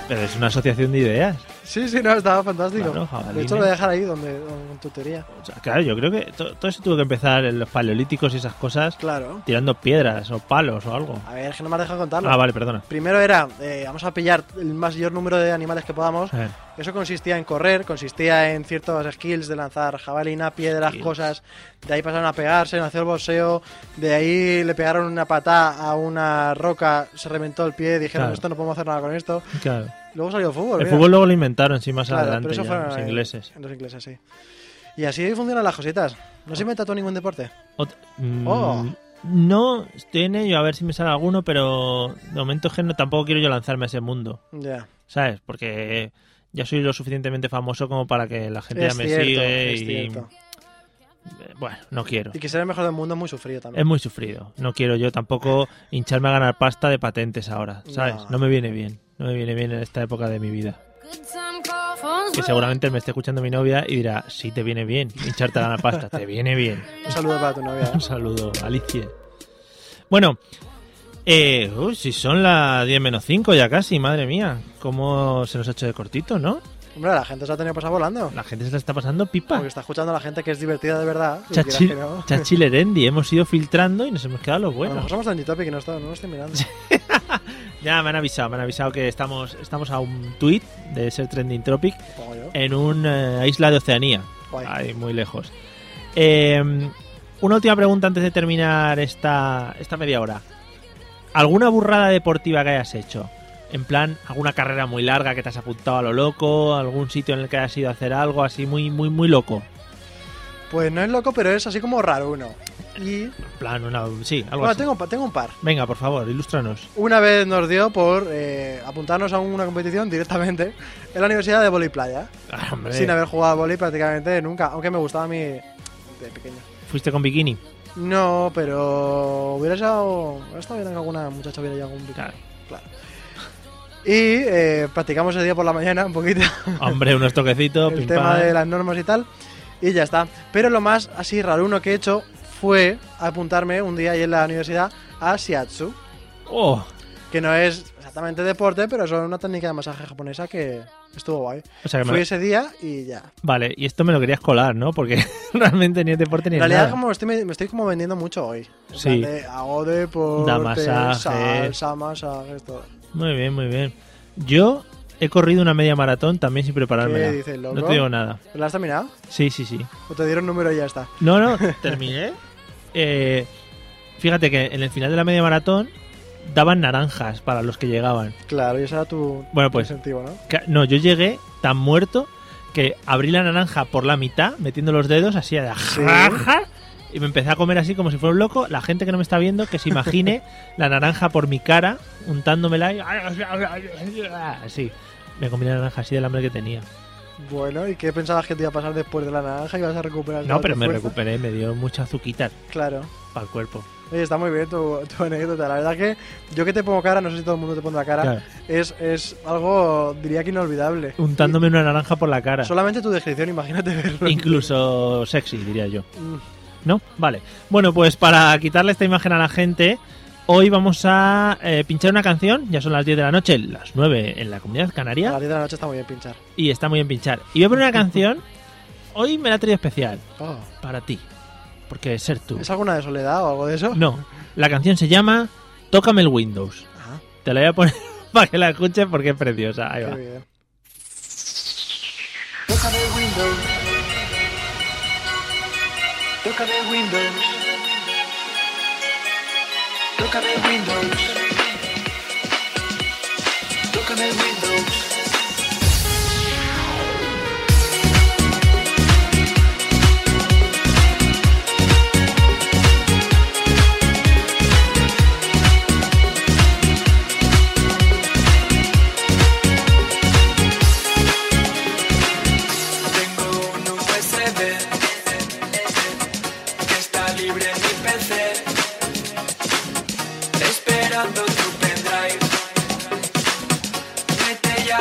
A: Pero es una asociación de ideas.
B: Sí, sí, no, estaba fantástico.
A: Claro,
B: de
A: jabalines.
B: hecho, lo voy a dejar ahí donde, con tu teoría.
A: O sea, claro, yo creo que to- todo eso tuvo que empezar en los paleolíticos y esas cosas
B: Claro.
A: tirando piedras o palos o algo.
B: A ver, es que no me has dejado contarlo.
A: Ah, vale, perdona.
B: Primero era, eh, vamos a pillar el mayor número de animales que podamos.
A: A ver,
B: Eso consistía en correr, consistía en ciertos skills de lanzar jabalina, piedras,
A: Skills.
B: cosas. De ahí pasaron a pegarse, nació el boxeo. De ahí le pegaron una patada a una roca, se reventó el pie, dijeron,
A: Claro.
B: esto no podemos hacer nada con esto.
A: claro.
B: Luego salió el fútbol.
A: El
B: mira.
A: fútbol luego lo inventaron, sí, más
B: Claro,
A: adelante, ya,
B: fueron
A: los
B: en-
A: ingleses.
B: en los ingleses, sí. Y así funcionan las cositas. No se inventa tú ningún deporte.
A: Ot- mm,
B: Oh.
A: No, estoy en ello, a ver si me sale alguno, pero de momento es que no, tampoco quiero yo lanzarme a ese mundo,
B: Ya.
A: ¿sabes? Porque ya soy lo suficientemente famoso como para que la gente
B: Es
A: ya me
B: cierto,
A: sigue
B: es
A: y...
B: cierto.
A: eh, Bueno, no quiero.
B: Y que ser el mejor del mundo es muy sufrido
A: Es
B: también.
A: muy sufrido. No quiero yo tampoco hincharme a ganar pasta de patentes ahora, ¿sabes?
B: No.
A: No, me viene bien. No me viene bien en esta época de mi vida. Que seguramente me esté escuchando mi novia y dirá, sí, te viene bien hincharte a ganar pasta, te viene bien.
B: Un saludo para tu novia. ¿eh?
A: Un saludo, Alicia. Bueno, eh, uy, si son las 10 menos 5 ya casi, madre mía. ¿Cómo se nos ha hecho de cortito, no?
B: Hombre, la gente se ha tenido que pasar volando.
A: La gente se la está pasando pipa.
B: Porque está escuchando a la gente que es divertida de verdad. y quieras
A: Chachil,
B: que no.
A: Chachil Erendi, hemos ido filtrando y nos hemos quedado los
B: A lo
A: buenos.
B: mejor somos tan topic que no, está- no lo estoy mirando.
A: Ya me han avisado, me han avisado que estamos, estamos a un tweet de ser trending topic
B: Supongo yo.
A: en una isla de Oceanía.
B: Guay.
A: Ahí, muy lejos. Eh, una última pregunta antes de terminar esta, esta media hora. ¿Alguna burrada deportiva que hayas hecho? En plan, alguna carrera muy larga que te has apuntado a lo loco, algún sitio en el que hayas ido a hacer algo así muy, muy, muy loco.
B: Pues no es loco, pero es así como raro uno. Y.
A: En plan, una, sí, algo
B: Bueno,
A: así.
B: tengo, pa- tengo un par.
A: Venga, por favor, ilústranos.
B: Una vez nos dio por eh, apuntarnos a una competición directamente en la Universidad de Voli Playa.
A: Ah, hombre,
B: Sin haber jugado a vóley prácticamente nunca, aunque me gustaba a mí de pequeño.
A: fuiste con bikini.
B: No, pero hubiera estado, hubiera estado bien que alguna muchacha hubiera llegado algún
A: Claro.
B: Y eh, practicamos el día por la mañana un poquito
A: Hombre, unos toquecitos,
B: el
A: pim,
B: tema
A: pam.
B: de las normas y tal, y ya está. Pero lo más así raro uno que he hecho fue apuntarme un día ahí en la universidad a Shiatsu,
A: Oh,
B: que no es exactamente deporte, pero es una técnica de masaje japonesa que estuvo guay.
A: o sea que me-
B: Fui ese día y ya.
A: Vale, y esto me lo querías colar, ¿no? Porque realmente ni es deporte ni
B: En
A: es
B: realidad
A: nada.
B: como estoy, me estoy como vendiendo mucho hoy. En
A: Sí.
B: plan de, hago deporte,
A: Da masajes.
B: salsa, masajes, todo.
A: Muy bien, muy bien. Yo he corrido una media maratón también sin preparármela.
B: ¿Qué dices, loco?
A: No te digo nada.
B: ¿La has terminado?
A: Sí, sí, sí.
B: ¿O te dieron número y ya está?
A: No, no, terminé. Eh, fíjate que en el final de la media maratón daban naranjas para los que llegaban.
B: Claro, y ese era tu,
A: Bueno,
B: tu
A: pues.
B: incentivo, ¿no?
A: Ca- No, yo llegué tan muerto que abrí la naranja por la mitad, metiendo los dedos así a la jaja, y me empecé a comer así como si fuera un loco. La gente que no me está viendo que se imagine la naranja por mi cara, untándomela y así. Me comí la naranja así del hambre que tenía.
B: Bueno, ¿y qué pensabas que te iba a pasar después de la naranja? ¿Ibas a recuperar toda
A: No,
B: tu
A: pero me
B: fuerza?
A: recuperé, me dio mucha azuquita
B: Claro.
A: para el cuerpo.
B: Oye, está muy bien tu, tu anécdota. La verdad que yo que te pongo cara, no sé si todo el mundo te pondrá cara,
A: Claro,
B: es, es algo, diría que inolvidable.
A: untándome una naranja por la cara.
B: Solamente tu descripción, imagínate verlo.
A: Incluso sexy, diría yo.
B: Mm,
A: ¿No? Vale. Bueno, pues para quitarle esta imagen a la gente, hoy vamos a eh, pinchar una canción. Ya son las 10 de la noche, las 9 en la comunidad
B: A
A: canaria.
B: las 10 de la noche está muy bien pinchar.
A: Y está muy bien pinchar. Y voy a poner una canción. Hoy me la he traído especial
B: Oh.
A: para ti. Porque ser tú.
B: ¿Es alguna de soledad o algo de eso?
A: No. La canción se llama Tócame el Windows.
B: Ah,
A: Te la voy a poner para que la escuches porque es preciosa. Ahí
B: qué
A: va.
B: bien.
F: Tócame el Windows. Tócame el Windows. Tócame el Windows. Tócame el Windows. Tengo un USB que está libre en mi PC, esperando tu pendrive. Vete ya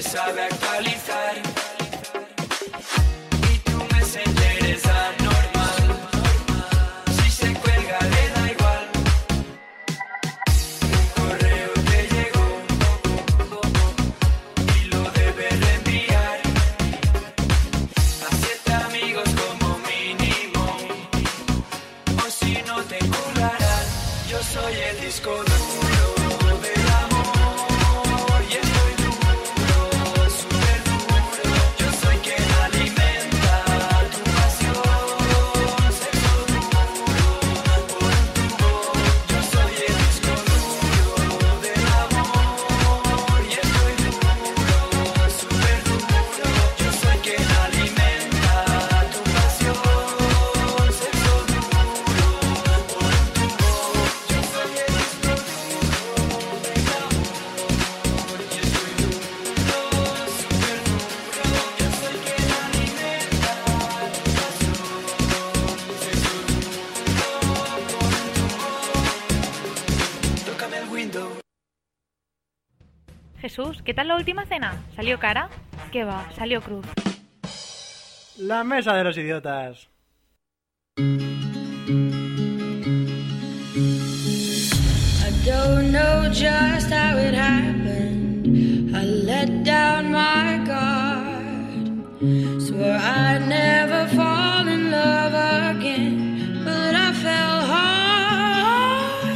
F: sabe actualizar Y tu messenger es anormal Si se cuelga le da igual Un correo te llegó Y lo debes reenviar A siete amigos como mínimo O si no te cularán Yo soy el disco duro del amor Y estoy duro, súper duro Yo soy quien alimenta tu pasión Sexo duro, por un tubo Yo soy el disco duro del amor Y estoy duro, súper duro Yo soy quien alimenta tu pasión Sexo duro, por un tubo Yo soy el disco duro del amor Y estoy duro, súper duro Yo soy quien alimenta tu pasión Sexo duro, por un tubo Tócame el window
G: Jesús, ¿qué tal la última cena? ¿Salió cara? ¿Qué va? Salió cruz.
B: La mesa de los idiotas.
H: I don't know just how it happened. I let down my guard. Swore I'd never fall in love again. But I fell hard.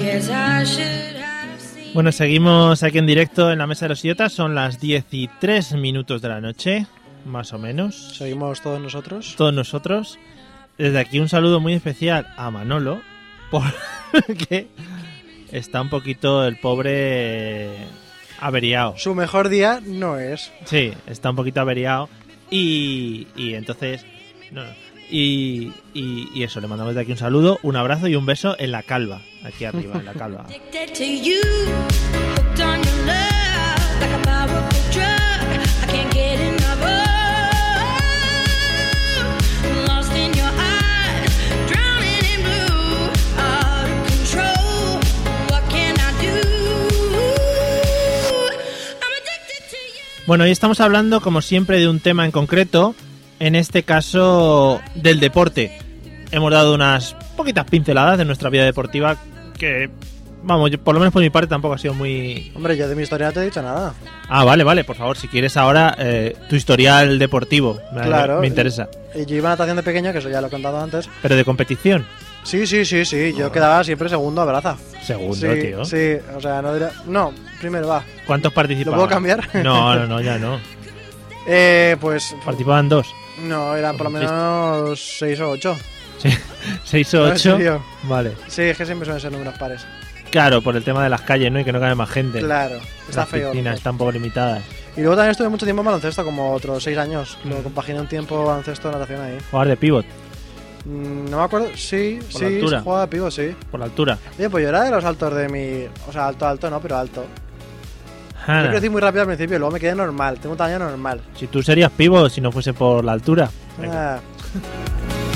H: Guess I should have seen.
A: Bueno, seguimos aquí en directo en la Mesa de los Idiotas. Son las 13 minutos de la noche, más o menos.
B: Seguimos todos nosotros.
A: Todos nosotros. Desde aquí un saludo muy especial a Manolo, porque está un poquito el pobre averiado.
B: Su mejor día no es.
A: Sí, está un poquito averiado. Y, y entonces. no, y, y- y eso, le mandamos de aquí un saludo, un abrazo y un beso en la calva. Aquí arriba, en la calva.
H: Addicted to you, hooked on your love, like a powerful drug. I can't get enough of. Lost in your eyes, drowning in blue, out of control. What can I do? I'm addicted to you.
A: Bueno, hoy estamos hablando, como siempre, de un tema en concreto, en este caso del deporte. Hemos dado unas poquitas pinceladas de nuestra vida deportiva que, vamos, yo, por lo menos por mi parte tampoco ha sido muy...
B: Hombre, yo de mi historia no te he dicho nada.
A: Ah, vale, vale, por favor, si quieres ahora eh, tu historial deportivo, me-
B: Claro.
A: me interesa.
B: Y yo iba a natación de pequeño, que eso ya lo he contado antes.
A: Pero de competición,
B: Sí, sí, sí, sí. Yo quedaba siempre segundo a braza.
A: segundo,
B: sí,
A: tío.
B: sí, o sea, no diría... No, primero va.
A: ¿Cuántos participaban?
B: ¿Lo puedo cambiar?
A: No, no, no, ya no.
B: Eh, pues...
A: Participaban dos.
B: No, eran por lo menos seis o ocho.
A: Sí. Seis o
B: No, en
A: ocho.
B: serio.
A: Vale.
B: Sí, es que siempre suelen ser números pares.
A: Claro, por el tema de las calles, ¿no? Y que no cabe más gente.
B: Claro, está
A: las
B: feo.
A: piscinas están un poco limitadas.
B: Y luego también estuve mucho tiempo en baloncesto, como otros seis años.
A: Mm.
B: Lo compaginé un tiempo baloncesto natación ahí.
A: Jugar de pivot,
B: Mm, No me acuerdo, sí,
A: Por
B: sí,
A: la altura.
B: se jugaba a pivo, sí.
A: por la altura.
B: Oye, pues yo era de los altos de mi. O sea, alto, alto no, pero alto. Yo
A: Ana,
B: crecí muy rápido al principio, luego me quedé normal, tengo un tamaño normal.
A: si tú serías pivot si no fuese por la altura. Venga.
B: Ah,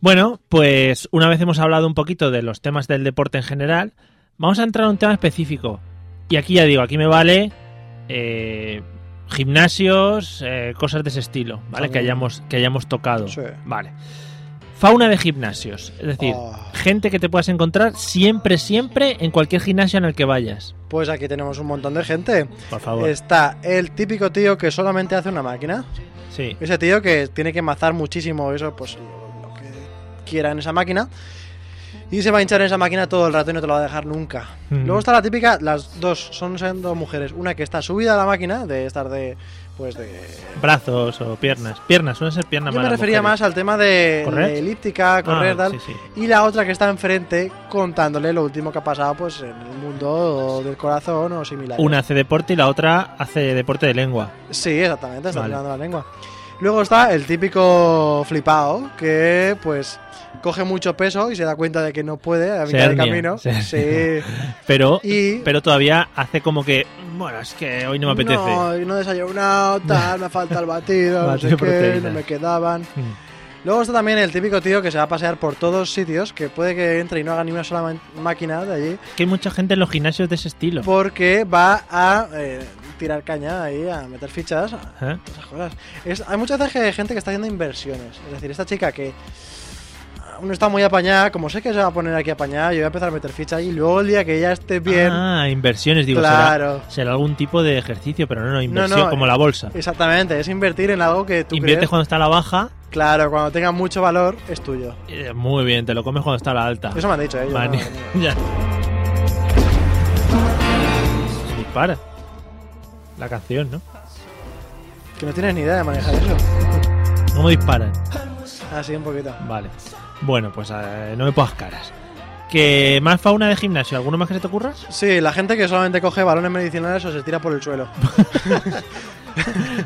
A: Bueno, pues una vez hemos hablado un poquito de los temas del deporte en general, vamos a entrar a un tema específico. Y aquí ya digo, aquí me vale eh, gimnasios, eh, cosas de ese estilo, ¿vale? Que
B: También.
A: hayamos, que hayamos tocado.
B: Sí.
A: Vale. Fauna de gimnasios, es decir,
B: Oh.
A: gente que te puedas encontrar siempre, siempre en cualquier gimnasio en el que vayas.
B: pues aquí tenemos un montón de gente.
A: Por favor.
B: Está el típico tío que solamente hace una máquina.
A: Sí.
B: Ese tío que tiene que mazar muchísimo eso, pues lo, lo que quiera en esa máquina. Y se va a hinchar en esa máquina todo el rato y no te lo va a dejar nunca.
A: Mm.
B: Luego está la típica, las dos, son, son dos mujeres. Una que está subida a la máquina, de estar de. Pues de.
A: Brazos o piernas. Piernas, suelen ser piernas
B: Yo me
A: malas,
B: refería
A: mujeres.
B: más al tema de,
A: ¿Correr?
B: de elíptica, correr,
A: Ah,
B: tal.
A: sí, sí.
B: Y la otra que está enfrente contándole lo último que ha pasado pues en el mundo del corazón o similar.
A: Una hace deporte y la otra hace deporte de lengua.
B: Sí, exactamente, está
A: Vale.
B: tirando la lengua. Luego está el típico flipao que pues coge mucho peso y se da cuenta de que no puede
A: Se
B: a mitad de
A: hernia,
B: camino.
A: se
B: Sí.
A: Pero,
B: Y
A: pero todavía hace como que, bueno, es que hoy no me apetece.
B: No, no he desayunado, tal, me falta el batido, no
A: Batido
B: sé qué,
A: proteína.
B: no me quedaban.
A: Mm.
B: Luego está también el típico tío que se va a pasear por todos sitios, que puede que entre y no haga ni una sola ma- máquina de allí,
A: Que hay mucha gente en los gimnasios de ese estilo.
B: Pues, porque va a eh, tirar caña ahí, a meter fichas, a
A: ¿Eh?
B: esas cosas. Es- hay muchas veces que hay gente que está haciendo inversiones. Es decir, esta chica que aún no está muy apañada, como sé que se va a poner aquí apañada, yo voy a empezar a meter fichas y luego el día que ella esté bien,
A: Ah, inversiones, digo.
B: claro.
A: Será, será algún tipo de ejercicio, pero no, no, inversión
B: no,
A: como la bolsa.
B: Exactamente, es invertir en algo que tú
A: Inviertes
B: crees-
A: cuando está la baja.
B: Claro, cuando tenga mucho valor, es tuyo.
A: eh, muy bien, te lo comes cuando está la alta.
B: Eso me han dicho ellos.
A: Mani-
B: ¿no?
A: ya. Dispara. La canción, ¿no?
B: Que no tienes ni idea de manejar eso.
A: ¿Cómo disparan?
B: Así un poquito.
A: Vale. Bueno, pues eh, no me pongas caras. ¿Que más fauna de gimnasio? ¿Alguno más que se te ocurra?
B: Sí, la gente que solamente coge balones medicinales o se tira por el suelo.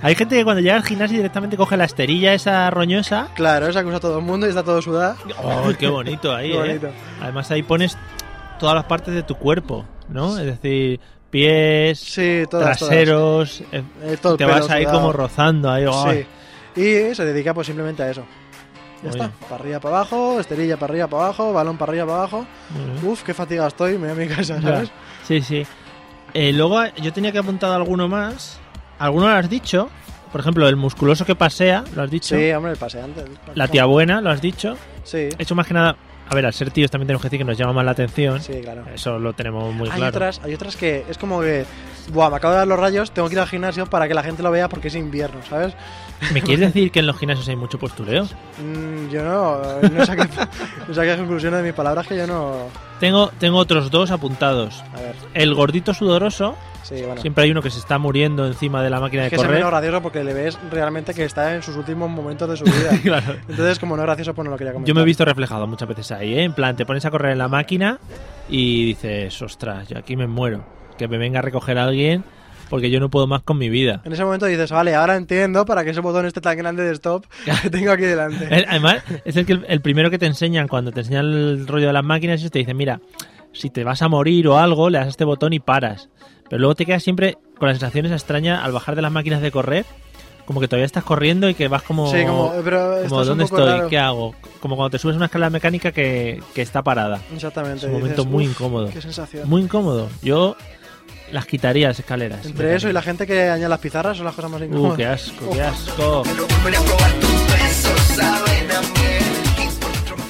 A: Hay gente que cuando llega al gimnasio directamente coge la esterilla esa roñosa.
B: Claro, esa acusa a todo el mundo y está todo sudado.
A: ¡Oh, qué bonito ahí!
B: Qué
A: eh!
B: bonito.
A: Además ahí pones todas las partes de tu cuerpo, ¿no? Es decir, pies,
B: Sí, todas, todas.
A: traseros, eh,
B: Eh, todo el
A: te
B: pelo
A: vas ahí
B: sudado.
A: como rozando ahí. ¡ay!
B: Sí. Y se dedica pues simplemente a eso. Ya
A: Muy
B: está.
A: bien.
B: Para arriba, para abajo, esterilla para arriba, para abajo, balón para arriba, para abajo.
A: Muy bien.
B: Uf, qué fatigado estoy, me voy a mi casa,
A: ¿Eh? Ya.
B: ¿sabes?
A: Sí, sí. Eh, luego yo tenía que apuntar alguno más. ¿Alguno lo has dicho? Por ejemplo, el musculoso que pasea, lo has dicho.
B: Sí, hombre, el paseante. el-
A: La tía buena, lo has dicho.
B: Sí,
A: He hecho más que nada... A ver, al ser tíos también tenemos que decir que nos llama más la atención.
B: sí, claro.
A: Eso lo tenemos muy
B: Hay
A: Eh, claro.
B: otras, hay otras que es como que, buah, me acabo de dar los rayos, tengo que ir al gimnasio para que la gente lo vea porque es invierno, ¿sabes?
A: ¿Me quieres decir que en los gimnasios hay mucho postureo?
B: Mm, yo no, no saqué, no saqué conclusiones de mis palabras que yo no.
A: Tengo, tengo otros dos apuntados.
B: A ver,
A: El gordito sudoroso,
B: sí, bueno.
A: siempre hay uno que se está muriendo encima de la máquina de
B: Es que es el
A: correr.
B: menos gracioso porque le ves realmente que está en sus últimos momentos de su vida.
A: Claro.
B: Entonces, como no es gracioso, pues no lo quería comentar.
A: Yo me he visto reflejado muchas veces ahí, ¿eh? En plan, te pones a correr en la máquina y dices, ostras, yo aquí me muero. Que me venga a recoger alguien porque yo no puedo más con mi vida.
B: En ese momento dices, vale, ahora entiendo para qué ese botón esté tan grande de stop que tengo aquí delante.
A: El- Además, es el, que, el primero que te enseñan cuando te enseñan el rollo de las máquinas y te dicen, mira, si te vas a morir o algo, le das a este botón y paras. Pero luego te quedas siempre con la sensación esa extraña al bajar de las máquinas de correr, como que todavía estás corriendo y que vas como...
B: sí, como, eh, pero esto
A: como,
B: es un
A: ¿dónde
B: poco
A: estoy?
B: raro".
A: ¿Qué hago? Como cuando te subes a una escalera mecánica que, que está parada.
B: Exactamente.
A: Es un
B: dices,
A: momento muy
B: "Uf,
A: incómodo.
B: Qué sensación.
A: Muy incómodo. Yo las quitaría las escaleras.
B: Entre eso y la gente que añade las pizarras son las cosas más incómodas.
A: Uh, qué asco, qué asco.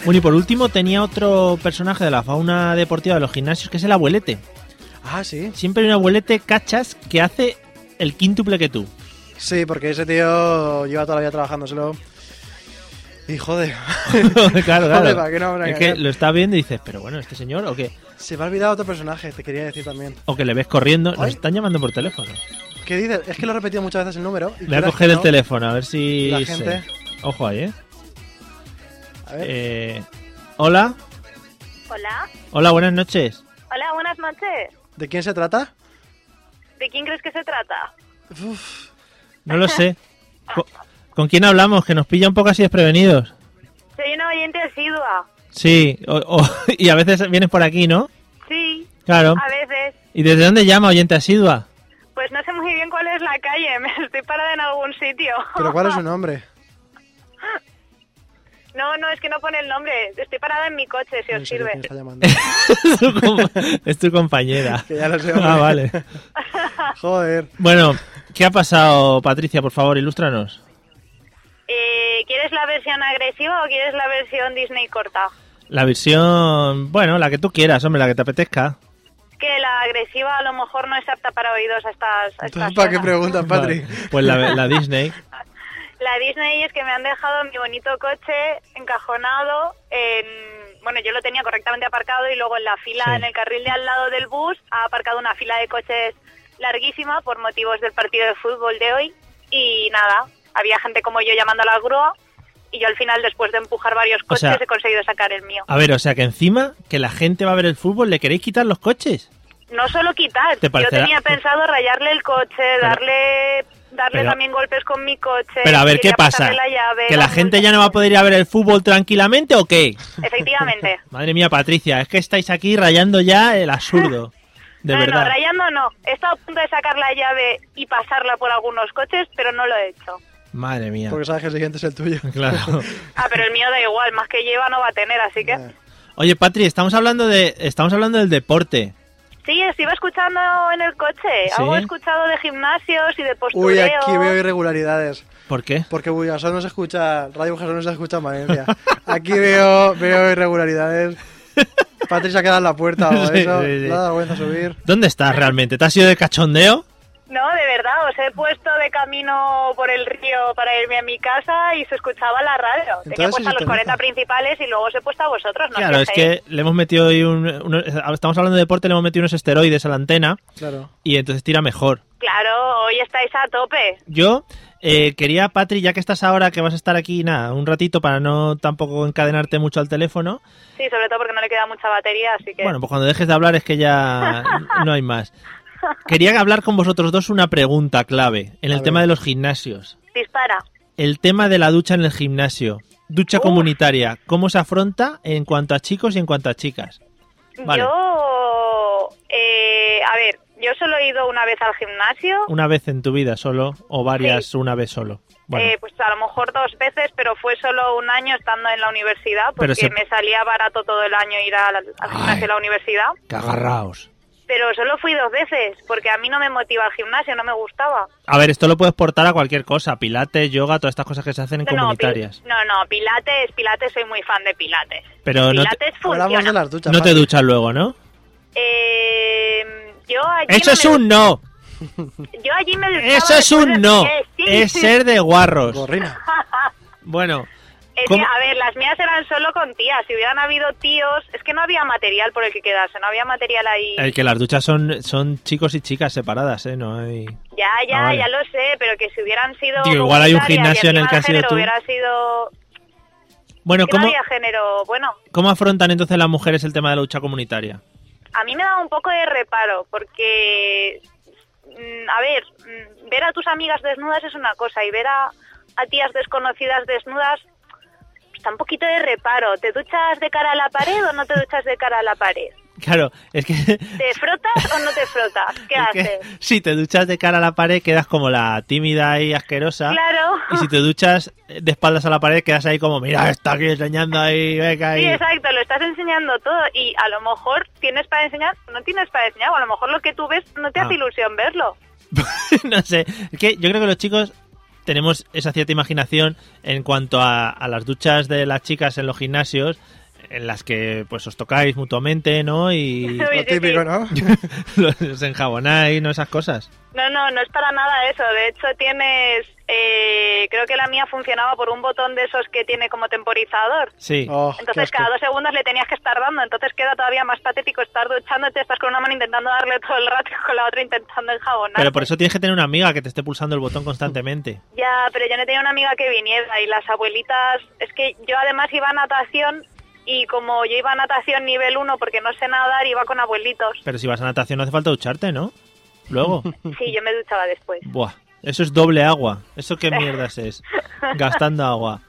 A: Bueno, y por último tenía otro personaje de la fauna deportiva de los gimnasios, que es el abuelete.
B: Ah, sí.
A: Siempre hay un abuelete, cachas, que hace el quíntuple que tú.
B: Sí, porque ese tío lleva toda la vida trabajándoselo. Y joder,
A: claro,
B: Hombre,
A: claro.
B: ¿para qué no habrá
A: es
B: que
A: que
B: hacer?
A: lo estás viendo y dices, pero bueno, este señor, o que,
B: se me ha olvidado otro personaje, te quería decir también.
A: o que le ves corriendo, nos
B: Ay.
A: están llamando por teléfono.
B: ¿Qué dices? Es que lo he repetido muchas veces el número. y
A: Le voy a
B: quieras
A: coger
B: que
A: el
B: no-
A: teléfono, a ver si.
B: La
A: sé.
B: gente-
A: Ojo ahí, ¿eh?
B: A ver,
A: Eh, Hola,
G: Hola.
A: hola, buenas noches.
G: Hola, buenas noches.
B: ¿De quién se trata?
G: ¿De quién crees que se trata?
B: Uf,
A: No lo sé. Co- ¿Con quién hablamos? Que nos pilla un poco así desprevenidos.
G: Soy una oyente asidua.
A: Sí, o- o- y a veces vienes por aquí, ¿no?
G: Sí,
A: Claro.
B: Ah.
G: a veces.
A: ¿Y desde dónde llama oyente asidua?
G: Pues no sé muy bien cuál es la calle, me estoy parada en algún sitio.
B: ¿Pero cuál es su nombre?
G: No, no, es que no pone el nombre. Estoy parada en mi coche, si
B: No
G: os
B: sé quién
G: sirve.
B: está llamando.
A: es, tu com- es tu compañera.
B: Que ya lo sé, hombre.
A: Ah, vale.
B: Joder.
A: Bueno, ¿qué ha pasado, Patricia? Por favor, ilústranos.
G: Eh, ¿Quieres la versión agresiva o quieres la versión Disney corta?
A: La versión, bueno, la que tú quieras, hombre, la que te apetezca.
G: Es que la agresiva a lo mejor no es apta para oídos a estas, a estas
B: Entonces, ¿para qué
G: horas.
B: preguntas, Patri?
A: Vale, Pues la, la Disney.
G: La Disney es que me han dejado mi bonito coche encajonado en... Bueno, yo lo tenía correctamente aparcado y luego en la fila,
A: Sí.
G: en el carril de al lado del bus, ha aparcado una fila de coches larguísima por motivos del partido de fútbol de hoy. Y nada, había gente como yo llamando a la grúa y yo al final, después de empujar varios
A: O
G: coches,
A: sea- ah,
G: he conseguido sacar el mío.
A: A ver, o sea que encima que la gente va a ver el fútbol, ¿le queréis quitar los coches?
G: No solo quitar,
A: ¿Te
G: yo
A: parecerá-
G: tenía pensado rayarle el coche, darle... Darle
A: pero-
G: también golpes con mi coche.
A: Pero a ver, ¿qué
G: quería
A: pasa?
G: pasarle la llave,
A: ¿Que la
G: multa.
A: gente ya no va a poder ir a ver el fútbol tranquilamente o qué?
G: Efectivamente.
A: Madre mía, Patricia, es que estáis aquí rayando ya el absurdo. De
G: no,
A: verdad.
G: no, rayando no. He estado a punto de sacar la llave y pasarla por algunos coches, pero no lo he hecho.
D: Madre mía.
B: Porque sabes que el siguiente es el tuyo.
A: Claro.
G: Ah, pero el mío da igual, más que lleva no va a tener, así que...
B: Eh,
A: Oye, Patri, estamos hablando de estamos hablando del deporte.
G: Sí, estuve escuchando en el coche.
A: ¿Sí?
G: Algo he escuchado de gimnasios y de postureo.
B: Uy, aquí veo irregularidades.
A: ¿Por qué?
B: Porque Bugasol no se escucha, Radio Bugasol no se escucha en Valencia. Aquí veo, veo irregularidades. Patricia queda en la puerta o
A: Sí,
B: eso.
A: sí, sí.
B: Le da vergüenza subir.
A: ¿Dónde estás realmente? ¿Te has ido de cachondeo?
G: No, de verdad, os he puesto de camino por el río para irme a mi casa y se escuchaba la radio. Tenía
B: Entonces,
G: puesta
B: ¿se
G: los
B: te
G: 40
B: nota?
G: principales y luego os he puesto a vosotros. No
A: claro,
G: os
A: es que le hemos metido hoy un, unos- estamos hablando de deporte, le hemos metido unos esteroides a la antena
B: Claro.
A: y entonces tira mejor.
G: Claro, hoy estáis a tope.
A: Yo eh, quería, Patri, ya que estás ahora, que vas a estar aquí, nada, un ratito para no tampoco encadenarte mucho al teléfono.
G: Sí, sobre todo porque no le queda mucha batería, así que...
A: Bueno, pues cuando dejes de hablar es que ya no hay más. Quería hablar con vosotros dos una pregunta clave en el
B: A
A: tema
B: ver.
A: de los gimnasios.
G: Dispara.
A: El tema de la ducha en el gimnasio. Ducha
G: Uf.
A: comunitaria. ¿Cómo se afronta en cuanto a chicos y en cuanto a chicas? Vale.
G: Yo... eh, a ver, yo solo he ido una vez al gimnasio.
A: Una vez en tu vida solo o varias una vez solo. Bueno,
G: Eh, pues a lo mejor dos veces, pero fue solo un año estando en la universidad,
A: Pero
G: porque
A: se-
G: me salía barato todo el año ir al, al gimnasio de la universidad.
A: que agarraos.
G: Pero solo fui dos veces, porque a mí no me motiva el gimnasio, no me gustaba.
A: A ver, esto lo puedes portar a cualquier cosa. Pilates, yoga, todas estas cosas que se hacen en
G: No, no, pil-
A: comunitarias.
G: no, no, pilates, pilates, soy muy fan de pilates.
A: Pero no te,
G: pilates
B: Hablamos de
G: funciona.
B: las duchas.
A: no te
B: Patri.
A: duchas luego, ¿no?
G: Eh, yo allí
A: ¡Eso
G: no
A: es
G: me-
A: un no!
G: Yo allí me duchaba
A: ¡Eso es
G: después
A: un
G: de-
A: no!
G: Eh, sí,
A: Es
G: sí.
A: ser de guarros.
B: Gorrina.
A: Bueno,
G: Es que,
A: ¿Cómo?
G: a ver, las mías eran solo con tías. Si hubieran habido tíos, es que no había material por el que quedarse, no había material ahí.
A: el eh, que las duchas son, son chicos y chicas separadas, ¿eh? No hay...
G: Ya, ya,
A: Ah, vale.
G: ya lo sé, pero que si hubieran sido.
A: Digo, igual hay un
G: voluntarias y
A: gimnasio en el
G: encima
A: que has sido
G: género
A: tú.
G: Hubiera sido.
A: Bueno,
G: que no
A: ¿cómo,
G: había género. Bueno,
A: ¿cómo afrontan entonces las mujeres el tema de la lucha comunitaria?
G: a mí me da un poco de reparo, porque. mm, A ver, mm, ver a tus amigas desnudas es una cosa, y ver a, a tías desconocidas desnudas pues, da un poquito de reparo. ¿Te duchas de cara a la pared o no te duchas de cara a la pared?
A: Claro, es que...
G: ¿Te frotas o no te frotas? ¿Qué
A: es que
G: haces?
A: si te duchas de cara a la pared quedas como la tímida y asquerosa.
G: Claro.
A: Y si te duchas de espaldas a la pared quedas ahí como, mira, está aquí enseñando ahí, venga ahí.
G: Sí, exacto, lo estás enseñando todo y a lo mejor tienes para enseñar, no tienes para enseñar, o a lo mejor lo que tú ves no te
A: Ah.
G: hace ilusión verlo.
A: no sé. Es que yo creo que los chicos tenemos esa cierta imaginación en cuanto a, a las duchas de las chicas en los gimnasios, en las que pues os tocáis mutuamente, ¿no? Y
G: Sí,
B: Lo
G: sí, sí.
B: típico, ¿no?
A: los enjabonáis, ¿no? Esas cosas.
G: No, no, no es para nada eso. De hecho, tienes. Eh, creo que la mía funcionaba por un botón de esos que tiene como temporizador.
A: Sí.
B: Oh, qué
G: Entonces,
B: asco.
G: cada dos segundos le tenías que estar dando. Entonces, queda todavía más patético estar duchándote. Estás con una mano intentando darle todo el rato y con la otra intentando enjabonar.
A: Pero por eso tienes que tener una amiga que te esté pulsando el botón constantemente.
G: Ya, pero yo no tenía una amiga que viniera y las abuelitas, es que yo además iba a natación y como yo iba a natación nivel 1 porque no sé nadar, iba con abuelitos.
A: Pero si vas a natación no hace falta ducharte, ¿no? Luego.
G: Sí, yo me duchaba después.
A: Buah. Eso es doble agua. ¿Eso qué mierdas es? Gastando agua.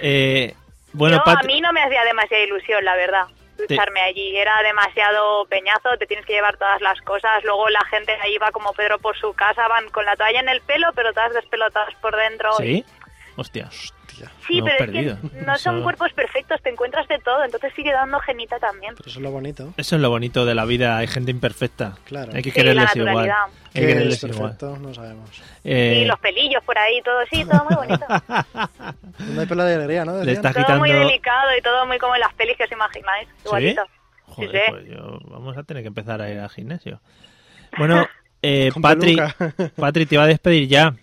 A: Eh, bueno,
G: yo, a
A: Pat-
G: mí no me hacía demasiada ilusión, la verdad, ducharme allí. Era demasiado peñazo, te tienes que llevar todas las cosas. Luego la gente ahí va como Pedro por su casa, van con la toalla en el pelo, pero todas despelotadas por dentro.
A: ¿Sí? Hostia.
G: Sí,
A: No,
G: pero
A: perdido.
G: es que no
A: Eso-
G: son cuerpos perfectos, te encuentras de todo, entonces sigue dando genita también.
B: Pero eso es lo bonito.
A: Eso es lo bonito de la vida, hay gente imperfecta.
B: Claro.
A: Hay que
G: Sí, la
A: quererles igual.
G: naturalidad.
A: Hay que
B: ¿Qué
A: quererles
B: es
A: igual.
B: perfecto? No sabemos.
A: Eh,
G: Y los pelillos por ahí, todo sí, todo muy bonito.
B: No hay pela de alegría, ¿no?
A: le
B: Decían.
A: estás
G: Todo
A: quitando.
G: muy delicado y todo muy como en las pelis que os imagináis. Igualito.
A: Joder,
G: Sí, sí.
A: pues yo- vamos a tener que empezar a ir al gimnasio. Bueno, eh,
B: Con
A: Patri,
B: peluca.
A: Patri, te iba a despedir ya.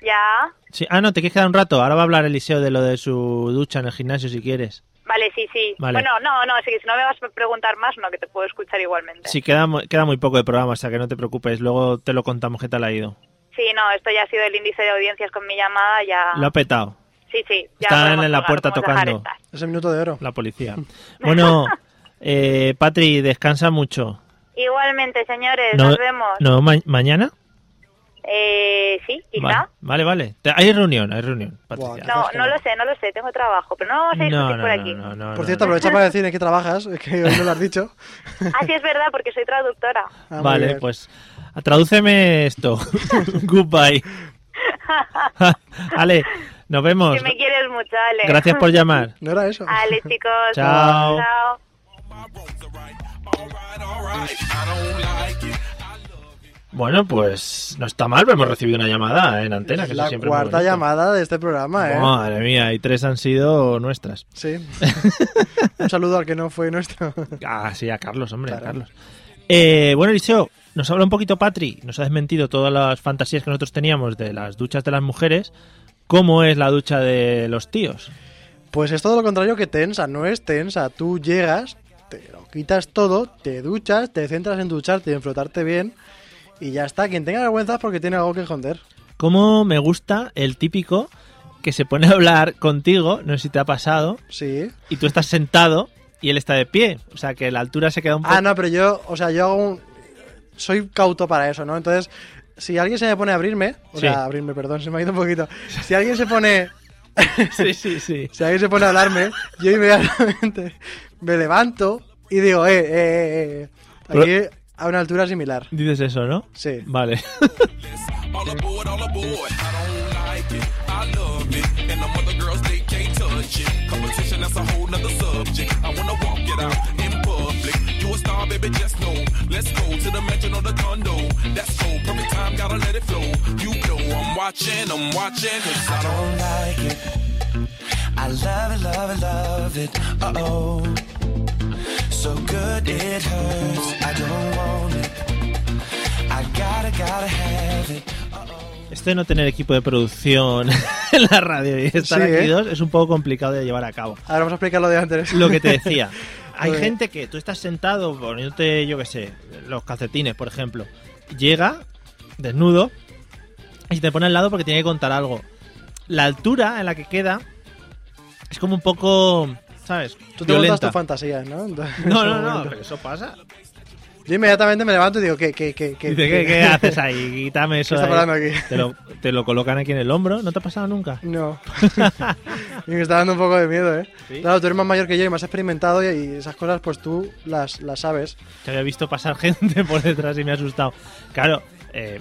G: Ya.
A: Sí, ah, no, te quieres quedar un rato. Ahora va a hablar Eliseo de lo de su ducha en el gimnasio si quieres.
G: Vale, sí, sí.
A: Vale.
G: Bueno, no, no, sí, si no me vas a preguntar más, no, que te puedo escuchar igualmente.
A: Sí, queda, mu- queda muy poco de programa, o sea que no te preocupes. Luego te lo contamos qué tal ha ido.
G: Sí, no, esto ya ha sido el índice de audiencias con mi llamada, ya.
A: Lo ha petado.
G: Sí, sí. Ya
A: Están
G: podemos
A: en la
G: colgar,
A: puerta
G: podemos dejar
A: tocando.
G: estas.
B: Ese minuto de oro.
A: La policía. Bueno, eh, Patri, descansa mucho.
G: Igualmente, señores,
A: No-
G: nos vemos.
A: ¿No ma- mañana?
G: Eh, sí, quizá.
A: Vale, vale. vale. Te- Hay reunión, hay reunión, Patricia.
B: Buah,
G: No,
B: Entonces,
G: no
B: claro.
G: lo sé, no lo sé, tengo trabajo, pero no vamos a discutir
A: no, no,
G: por
A: no,
G: aquí.
A: no, no,
B: Por
A: no,
B: cierto,
A: no.
B: aprovecha para decir en qué trabajas, que hoy no lo has dicho.
G: Ah, sí, es verdad, porque soy traductora.
A: pues
B: Ah, muy
A: Vale,
B: bien.
A: pues tradúceme esto. Goodbye. Ale, nos vemos.
G: Que me quieres mucho, Ale.
A: Gracias por llamar.
B: No era eso.
G: Ale, chicos.
A: Chao.
G: Chao.
A: Bueno, pues no está mal, pero hemos recibido una llamada en antena. Que eso
B: La
A: siempre es muy
B: cuarta
A: bonito.
B: llamada de este programa, ¿eh?
A: Madre mía, y tres han sido nuestras.
B: Sí. Un saludo al que no fue nuestro.
A: Ah, sí, a Carlos, hombre, a
B: Claro.
A: Carlos. Eh, bueno, Eliseo, nos habla un poquito Patri, nos ha desmentido todas las fantasías que nosotros teníamos de las duchas de las mujeres. ¿Cómo es la ducha de los tíos?
B: Pues es todo lo contrario que tensa, no es tensa. Tú llegas, te lo quitas todo, te duchas, te centras en ducharte y en flotarte bien. Y ya está, quien tenga vergüenza es porque tiene algo que esconder.
A: ¿Cómo me gusta el típico que se pone a hablar contigo, no sé si te ha pasado,
B: Sí.
A: y tú estás sentado y él está de pie? O sea, que la altura se queda un poco...
B: Ah, no, pero yo, o sea, yo hago un- soy cauto para eso, ¿no? Entonces, si alguien se me pone a abrirme, o
A: Sí.
B: sea, abrirme, perdón, se me ha ido un poquito. Si alguien se pone,
A: Sí, sí, sí.
B: si alguien se pone a hablarme, yo inmediatamente me levanto y digo, eh, eh, eh, eh, aquí a una altura similar.
A: Dices eso, ¿no?
B: Sí.
A: Vale.
F: All aboard, all aboard. I don't like it, I love it. And them other girls, they can't touch it. Competition, that's a whole nother subject. I wanna walk it out in public. You a star, baby, just know. Let's go to the mansion or the condo. That's cold, perfect time, gotta let it flow. You know I'm watching, I'm watching. 'cause I don't like it. I love it, love it, love it. Uh oh. So good it hurts. I don't want it. I gotta, gotta have it.
A: Esto de no tener equipo de producción en la radio y estar
B: Sí,
A: aquí
B: ¿eh?
A: dos es un poco complicado de llevar a cabo.
B: Ahora vamos a explicar lo de antes.
A: Lo que te decía. Hay
B: Joder.
A: gente que tú estás sentado poniéndote, yo qué sé, los calcetines, por ejemplo. Llega desnudo y se te pone al lado porque tiene que contar algo. La altura en la que queda es como un poco, ¿sabes?
B: Tú te montas
A: Violenta.
B: tus fantasías, ¿no?
A: No,
B: Entonces, en
A: no,
B: ese
A: no,
B: momento.
A: pero eso pasa.
B: Yo inmediatamente me levanto y digo, ¿qué, qué, qué, qué?
A: Dice, ¿qué, qué haces ahí? Quítame eso.
B: está
A: de ahí".
B: pasando aquí?
A: Te lo, te lo colocan aquí en el hombro. ¿No te ha pasado nunca?
B: No. y me está dando un poco de miedo, ¿eh?
A: ¿Sí?
B: Claro, tú eres más mayor que yo y más experimentado y, y esas cosas, pues tú las, las sabes.
A: que había visto pasar gente por detrás y me ha asustado. Claro, eh,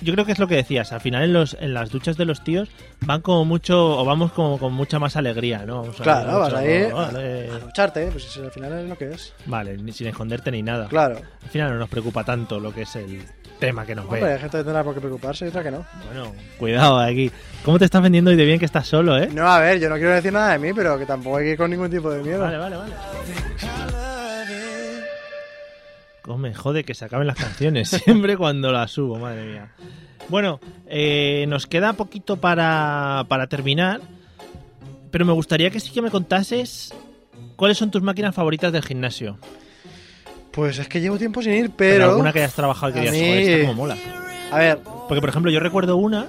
A: yo creo que es lo que decías. Al final en, los, en las duchas de los tíos van como mucho, o vamos como con mucha más alegría, ¿no? Vamos a-
B: Claro, vas
A: mucho, "Oh,
B: ahí
A: vale.
B: a ducharte, ¿eh? pues si al final es lo que es.
A: Vale, ni- sin esconderte ni nada.
B: Claro.
A: Al final no nos preocupa tanto lo que es el tema que nos
B: Hombre,
A: ve.
B: hay gente que tendrá por qué preocuparse y otra que no.
A: Bueno, cuidado aquí. ¿Cómo te estás vendiendo y de bien que estás solo, eh?
B: No, a ver, yo no quiero decir nada de mí, pero que tampoco hay que ir con ningún tipo de miedo.
A: Vale, vale, vale. Come, jode que se acaben las canciones siempre cuando las subo, madre mía. Bueno, eh, nos queda poquito para, para terminar, pero me gustaría que sí que me contases cuáles son tus máquinas favoritas del gimnasio.
B: Pues es que llevo tiempo sin ir,
A: Pero
B: pero...
A: alguna que hayas trabajado y que
B: a
A: digas,
B: mí-
A: "Joder, esta como mola.
B: A ver,
A: Porque, por ejemplo, yo recuerdo una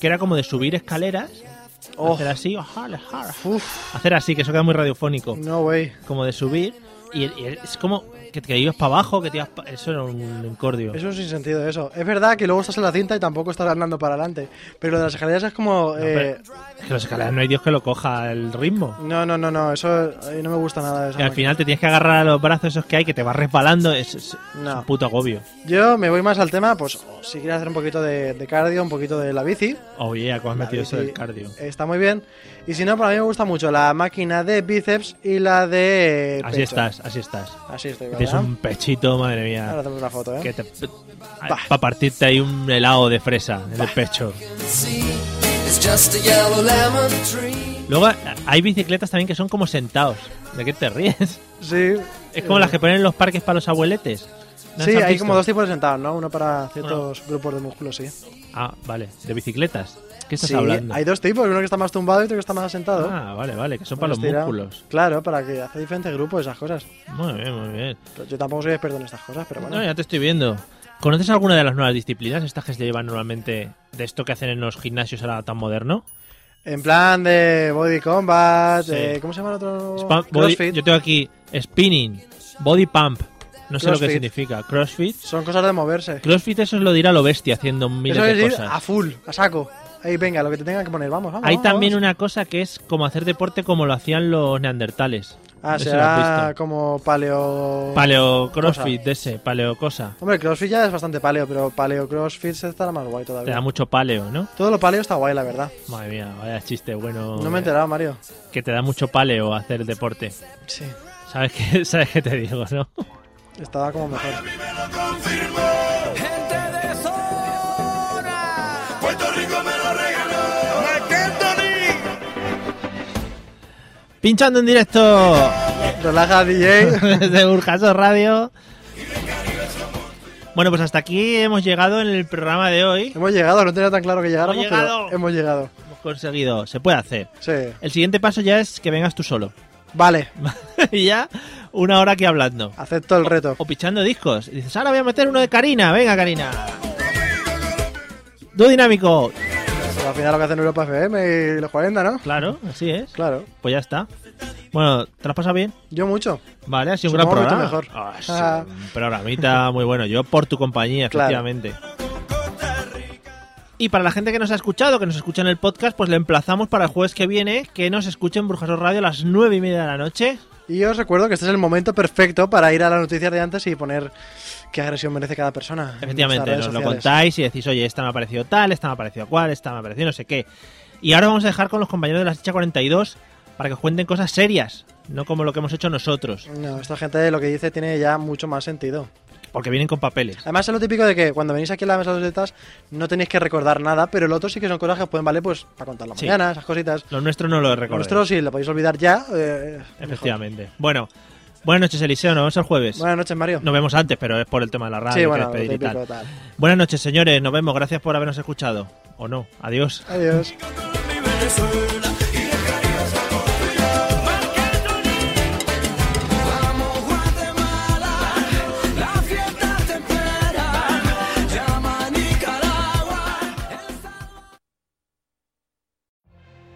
A: que era como de subir escaleras,
B: oh,
A: hacer así, ajá, ajá,
B: uf,
A: hacer así, que eso queda muy radiofónico.
B: no, güey.
A: como de subir y, y es como que te ibas para abajo, que te ibas pa- Eso era un incordio.
B: Es un sinsentido eso. Es verdad que luego estás en la cinta y tampoco estás andando para adelante. Pero lo de las escaleras es como...
A: No,
B: eh,
A: pero- es que los escaleras no hay Dios que lo coja el ritmo.
B: No, no, no, no, eso a mí no me gusta nada de eso.
A: Y al final te tienes que agarrar a los brazos esos que hay, que te vas resbalando. Es, es- es
B: No.
A: un puto agobio.
B: Yo me voy más al tema, pues o si quieres hacer un poquito de, de cardio, un poquito de la bici,
A: Oye, Oh, ¿cómo has
B: La
A: metido eso
B: bici-
A: del cardio?
B: está muy bien. Y si no, para mí me gusta mucho la máquina de bíceps y la de...
A: Así
B: pecho.
A: estás, así estás.
B: Así estoy,
A: Tienes
B: ¿verdad?
A: un pechito, madre
B: Ahora
A: mía.
B: hacemos una foto, ¿eh?
A: Ah. Que te. Para partirte ahí un helado de fresa en el pecho.
F: It's just a yellow lemon tree.
A: Luego hay bicicletas también que son como sentados. ¿De qué te ríes?
B: Sí.
A: Es como las que ponen en los parques para los abueletes. ¿No
B: Eh. Sí,
A: las has
B: hay
A: visto?
B: como dos tipos de sentados, ¿no? Uno para ciertos grupos de músculos, sí.
A: Ah, vale, de bicicletas. ¿Qué estás
B: Sí,
A: hablando?
B: hay dos tipos, uno que está más tumbado y otro que está más sentado.
A: Ah, vale, vale, que son para los
B: Estirado.
A: músculos.
B: Claro, para que hace diferentes grupos esas cosas.
A: Muy bien, muy bien.
B: Pero Yo tampoco soy experto en estas cosas, pero bueno.
A: No, ya te estoy viendo. ¿Conoces alguna de las nuevas disciplinas, estas que se llevan normalmente de esto que hacen en los gimnasios ahora tan moderno?
B: En plan de body combat,
A: Sí.
B: eh, ¿cómo se llama el otro?
A: Spam- body-
B: Crossfit.
A: yo tengo aquí spinning, body pump, no sé lo que
B: Crossfit.
A: significa, crossfit.
B: Son cosas de moverse.
A: Crossfit eso es lo dirá lo bestia haciendo miles
B: Eso es
A: de
B: ir
A: cosas.
B: a full, a saco. Ahí venga, lo que te tengan que poner, vamos, vamos.
A: Hay
B: vamos,
A: también
B: vamos.
A: una cosa que es como hacer deporte como lo hacían los neandertales. Esa
B: Ah,
A: es la
B: será
A: pista.
B: como paleo...
A: Paleo CrossFit, de ese, paleo cosa.
B: Hombre, CrossFit ya es bastante paleo, pero paleo CrossFit se estará más guay
A: Te da
B: todavía.
A: mucho paleo, ¿no?
B: Todo lo paleo está guay, la verdad.
A: Madre mía, vaya chiste bueno.
B: No me he enterado, Mario.
A: Que te da mucho paleo hacer deporte.
B: Sí,
A: ¿Sabes qué, ¿Sabes qué te digo, no?
B: estaba como mejor.
C: Gente de zona.
F: Puerto Rico me lo regaló.
A: Pinchando en directo
B: Relaja, DJ.
A: desde Urcaso Radio. Bueno, pues hasta aquí hemos llegado en el programa de hoy.
B: Hemos llegado, no tenía tan claro que llegáramos,
A: Hemos llegado.
B: pero hemos llegado.
A: Hemos conseguido, se puede hacer.
B: Sí.
A: El siguiente paso ya es que vengas tú solo.
B: Vale,
A: y ya una hora aquí hablando.
B: acepto el reto.
A: O pichando discos. Y dices, ahora voy a meter uno de Karina. Venga, Karina. Do dinámico.
B: Pero al final lo que hacen Europa FM y los 40, ¿no?
A: Claro, así es.
B: Claro.
A: Pues ya está. Bueno, ¿te lo has pasado bien?
B: Yo mucho.
A: Vale, ha sido un gran
B: Supongo
A: programa.
B: que tú mejor.
A: Ah, sí,
B: Ah.
A: un programita muy bueno. Yo por tu compañía,
B: Claro.
A: efectivamente. Y para la gente que nos ha escuchado, que nos escucha en el podcast, pues le emplazamos para el jueves que viene que nos escuchen Brujasos Radio a las nueve y media de la noche.
B: Y os recuerdo que este es el momento perfecto para ir a las noticias de antes y poner qué agresión merece cada persona. en nuestras
A: Efectivamente,
B: redes
A: nos lo
B: sociales.
A: contáis y decís, oye, esta me ha parecido tal, esta me ha parecido cual, esta me ha parecido no sé qué. Y ahora vamos a dejar con los compañeros de la Chicha 42 para que os cuenten cosas serias, no como lo que hemos hecho nosotros,
B: No, esta gente lo que dice tiene ya mucho más sentido.
A: porque vienen con papeles.
B: Además, es lo típico de que cuando venís aquí a la mesa de los letras no tenéis que recordar nada, pero el otro sí que son cosas que os pueden valer pues para contar la
A: Sí.
B: mañana, esas cositas.
A: Lo nuestro no lo
B: Lo
A: recordéis.
B: nuestro, si lo podéis olvidar ya, eh, mejor.
A: Efectivamente. Bueno, buenas noches, Eliseo. Nos vemos el jueves.
B: Buenas noches, Mario.
A: Nos vemos antes, pero es por el tema de la radio.
B: sí,
A: que
B: bueno, lo
A: despedir y
B: típico,
A: tal.
B: tal.
A: Buenas noches, señores. Nos vemos. Gracias por habernos escuchado. O no. Adiós.
B: Adiós.
C: Vamos Guatemala, la fiesta te espera. Llama a Nicaragua.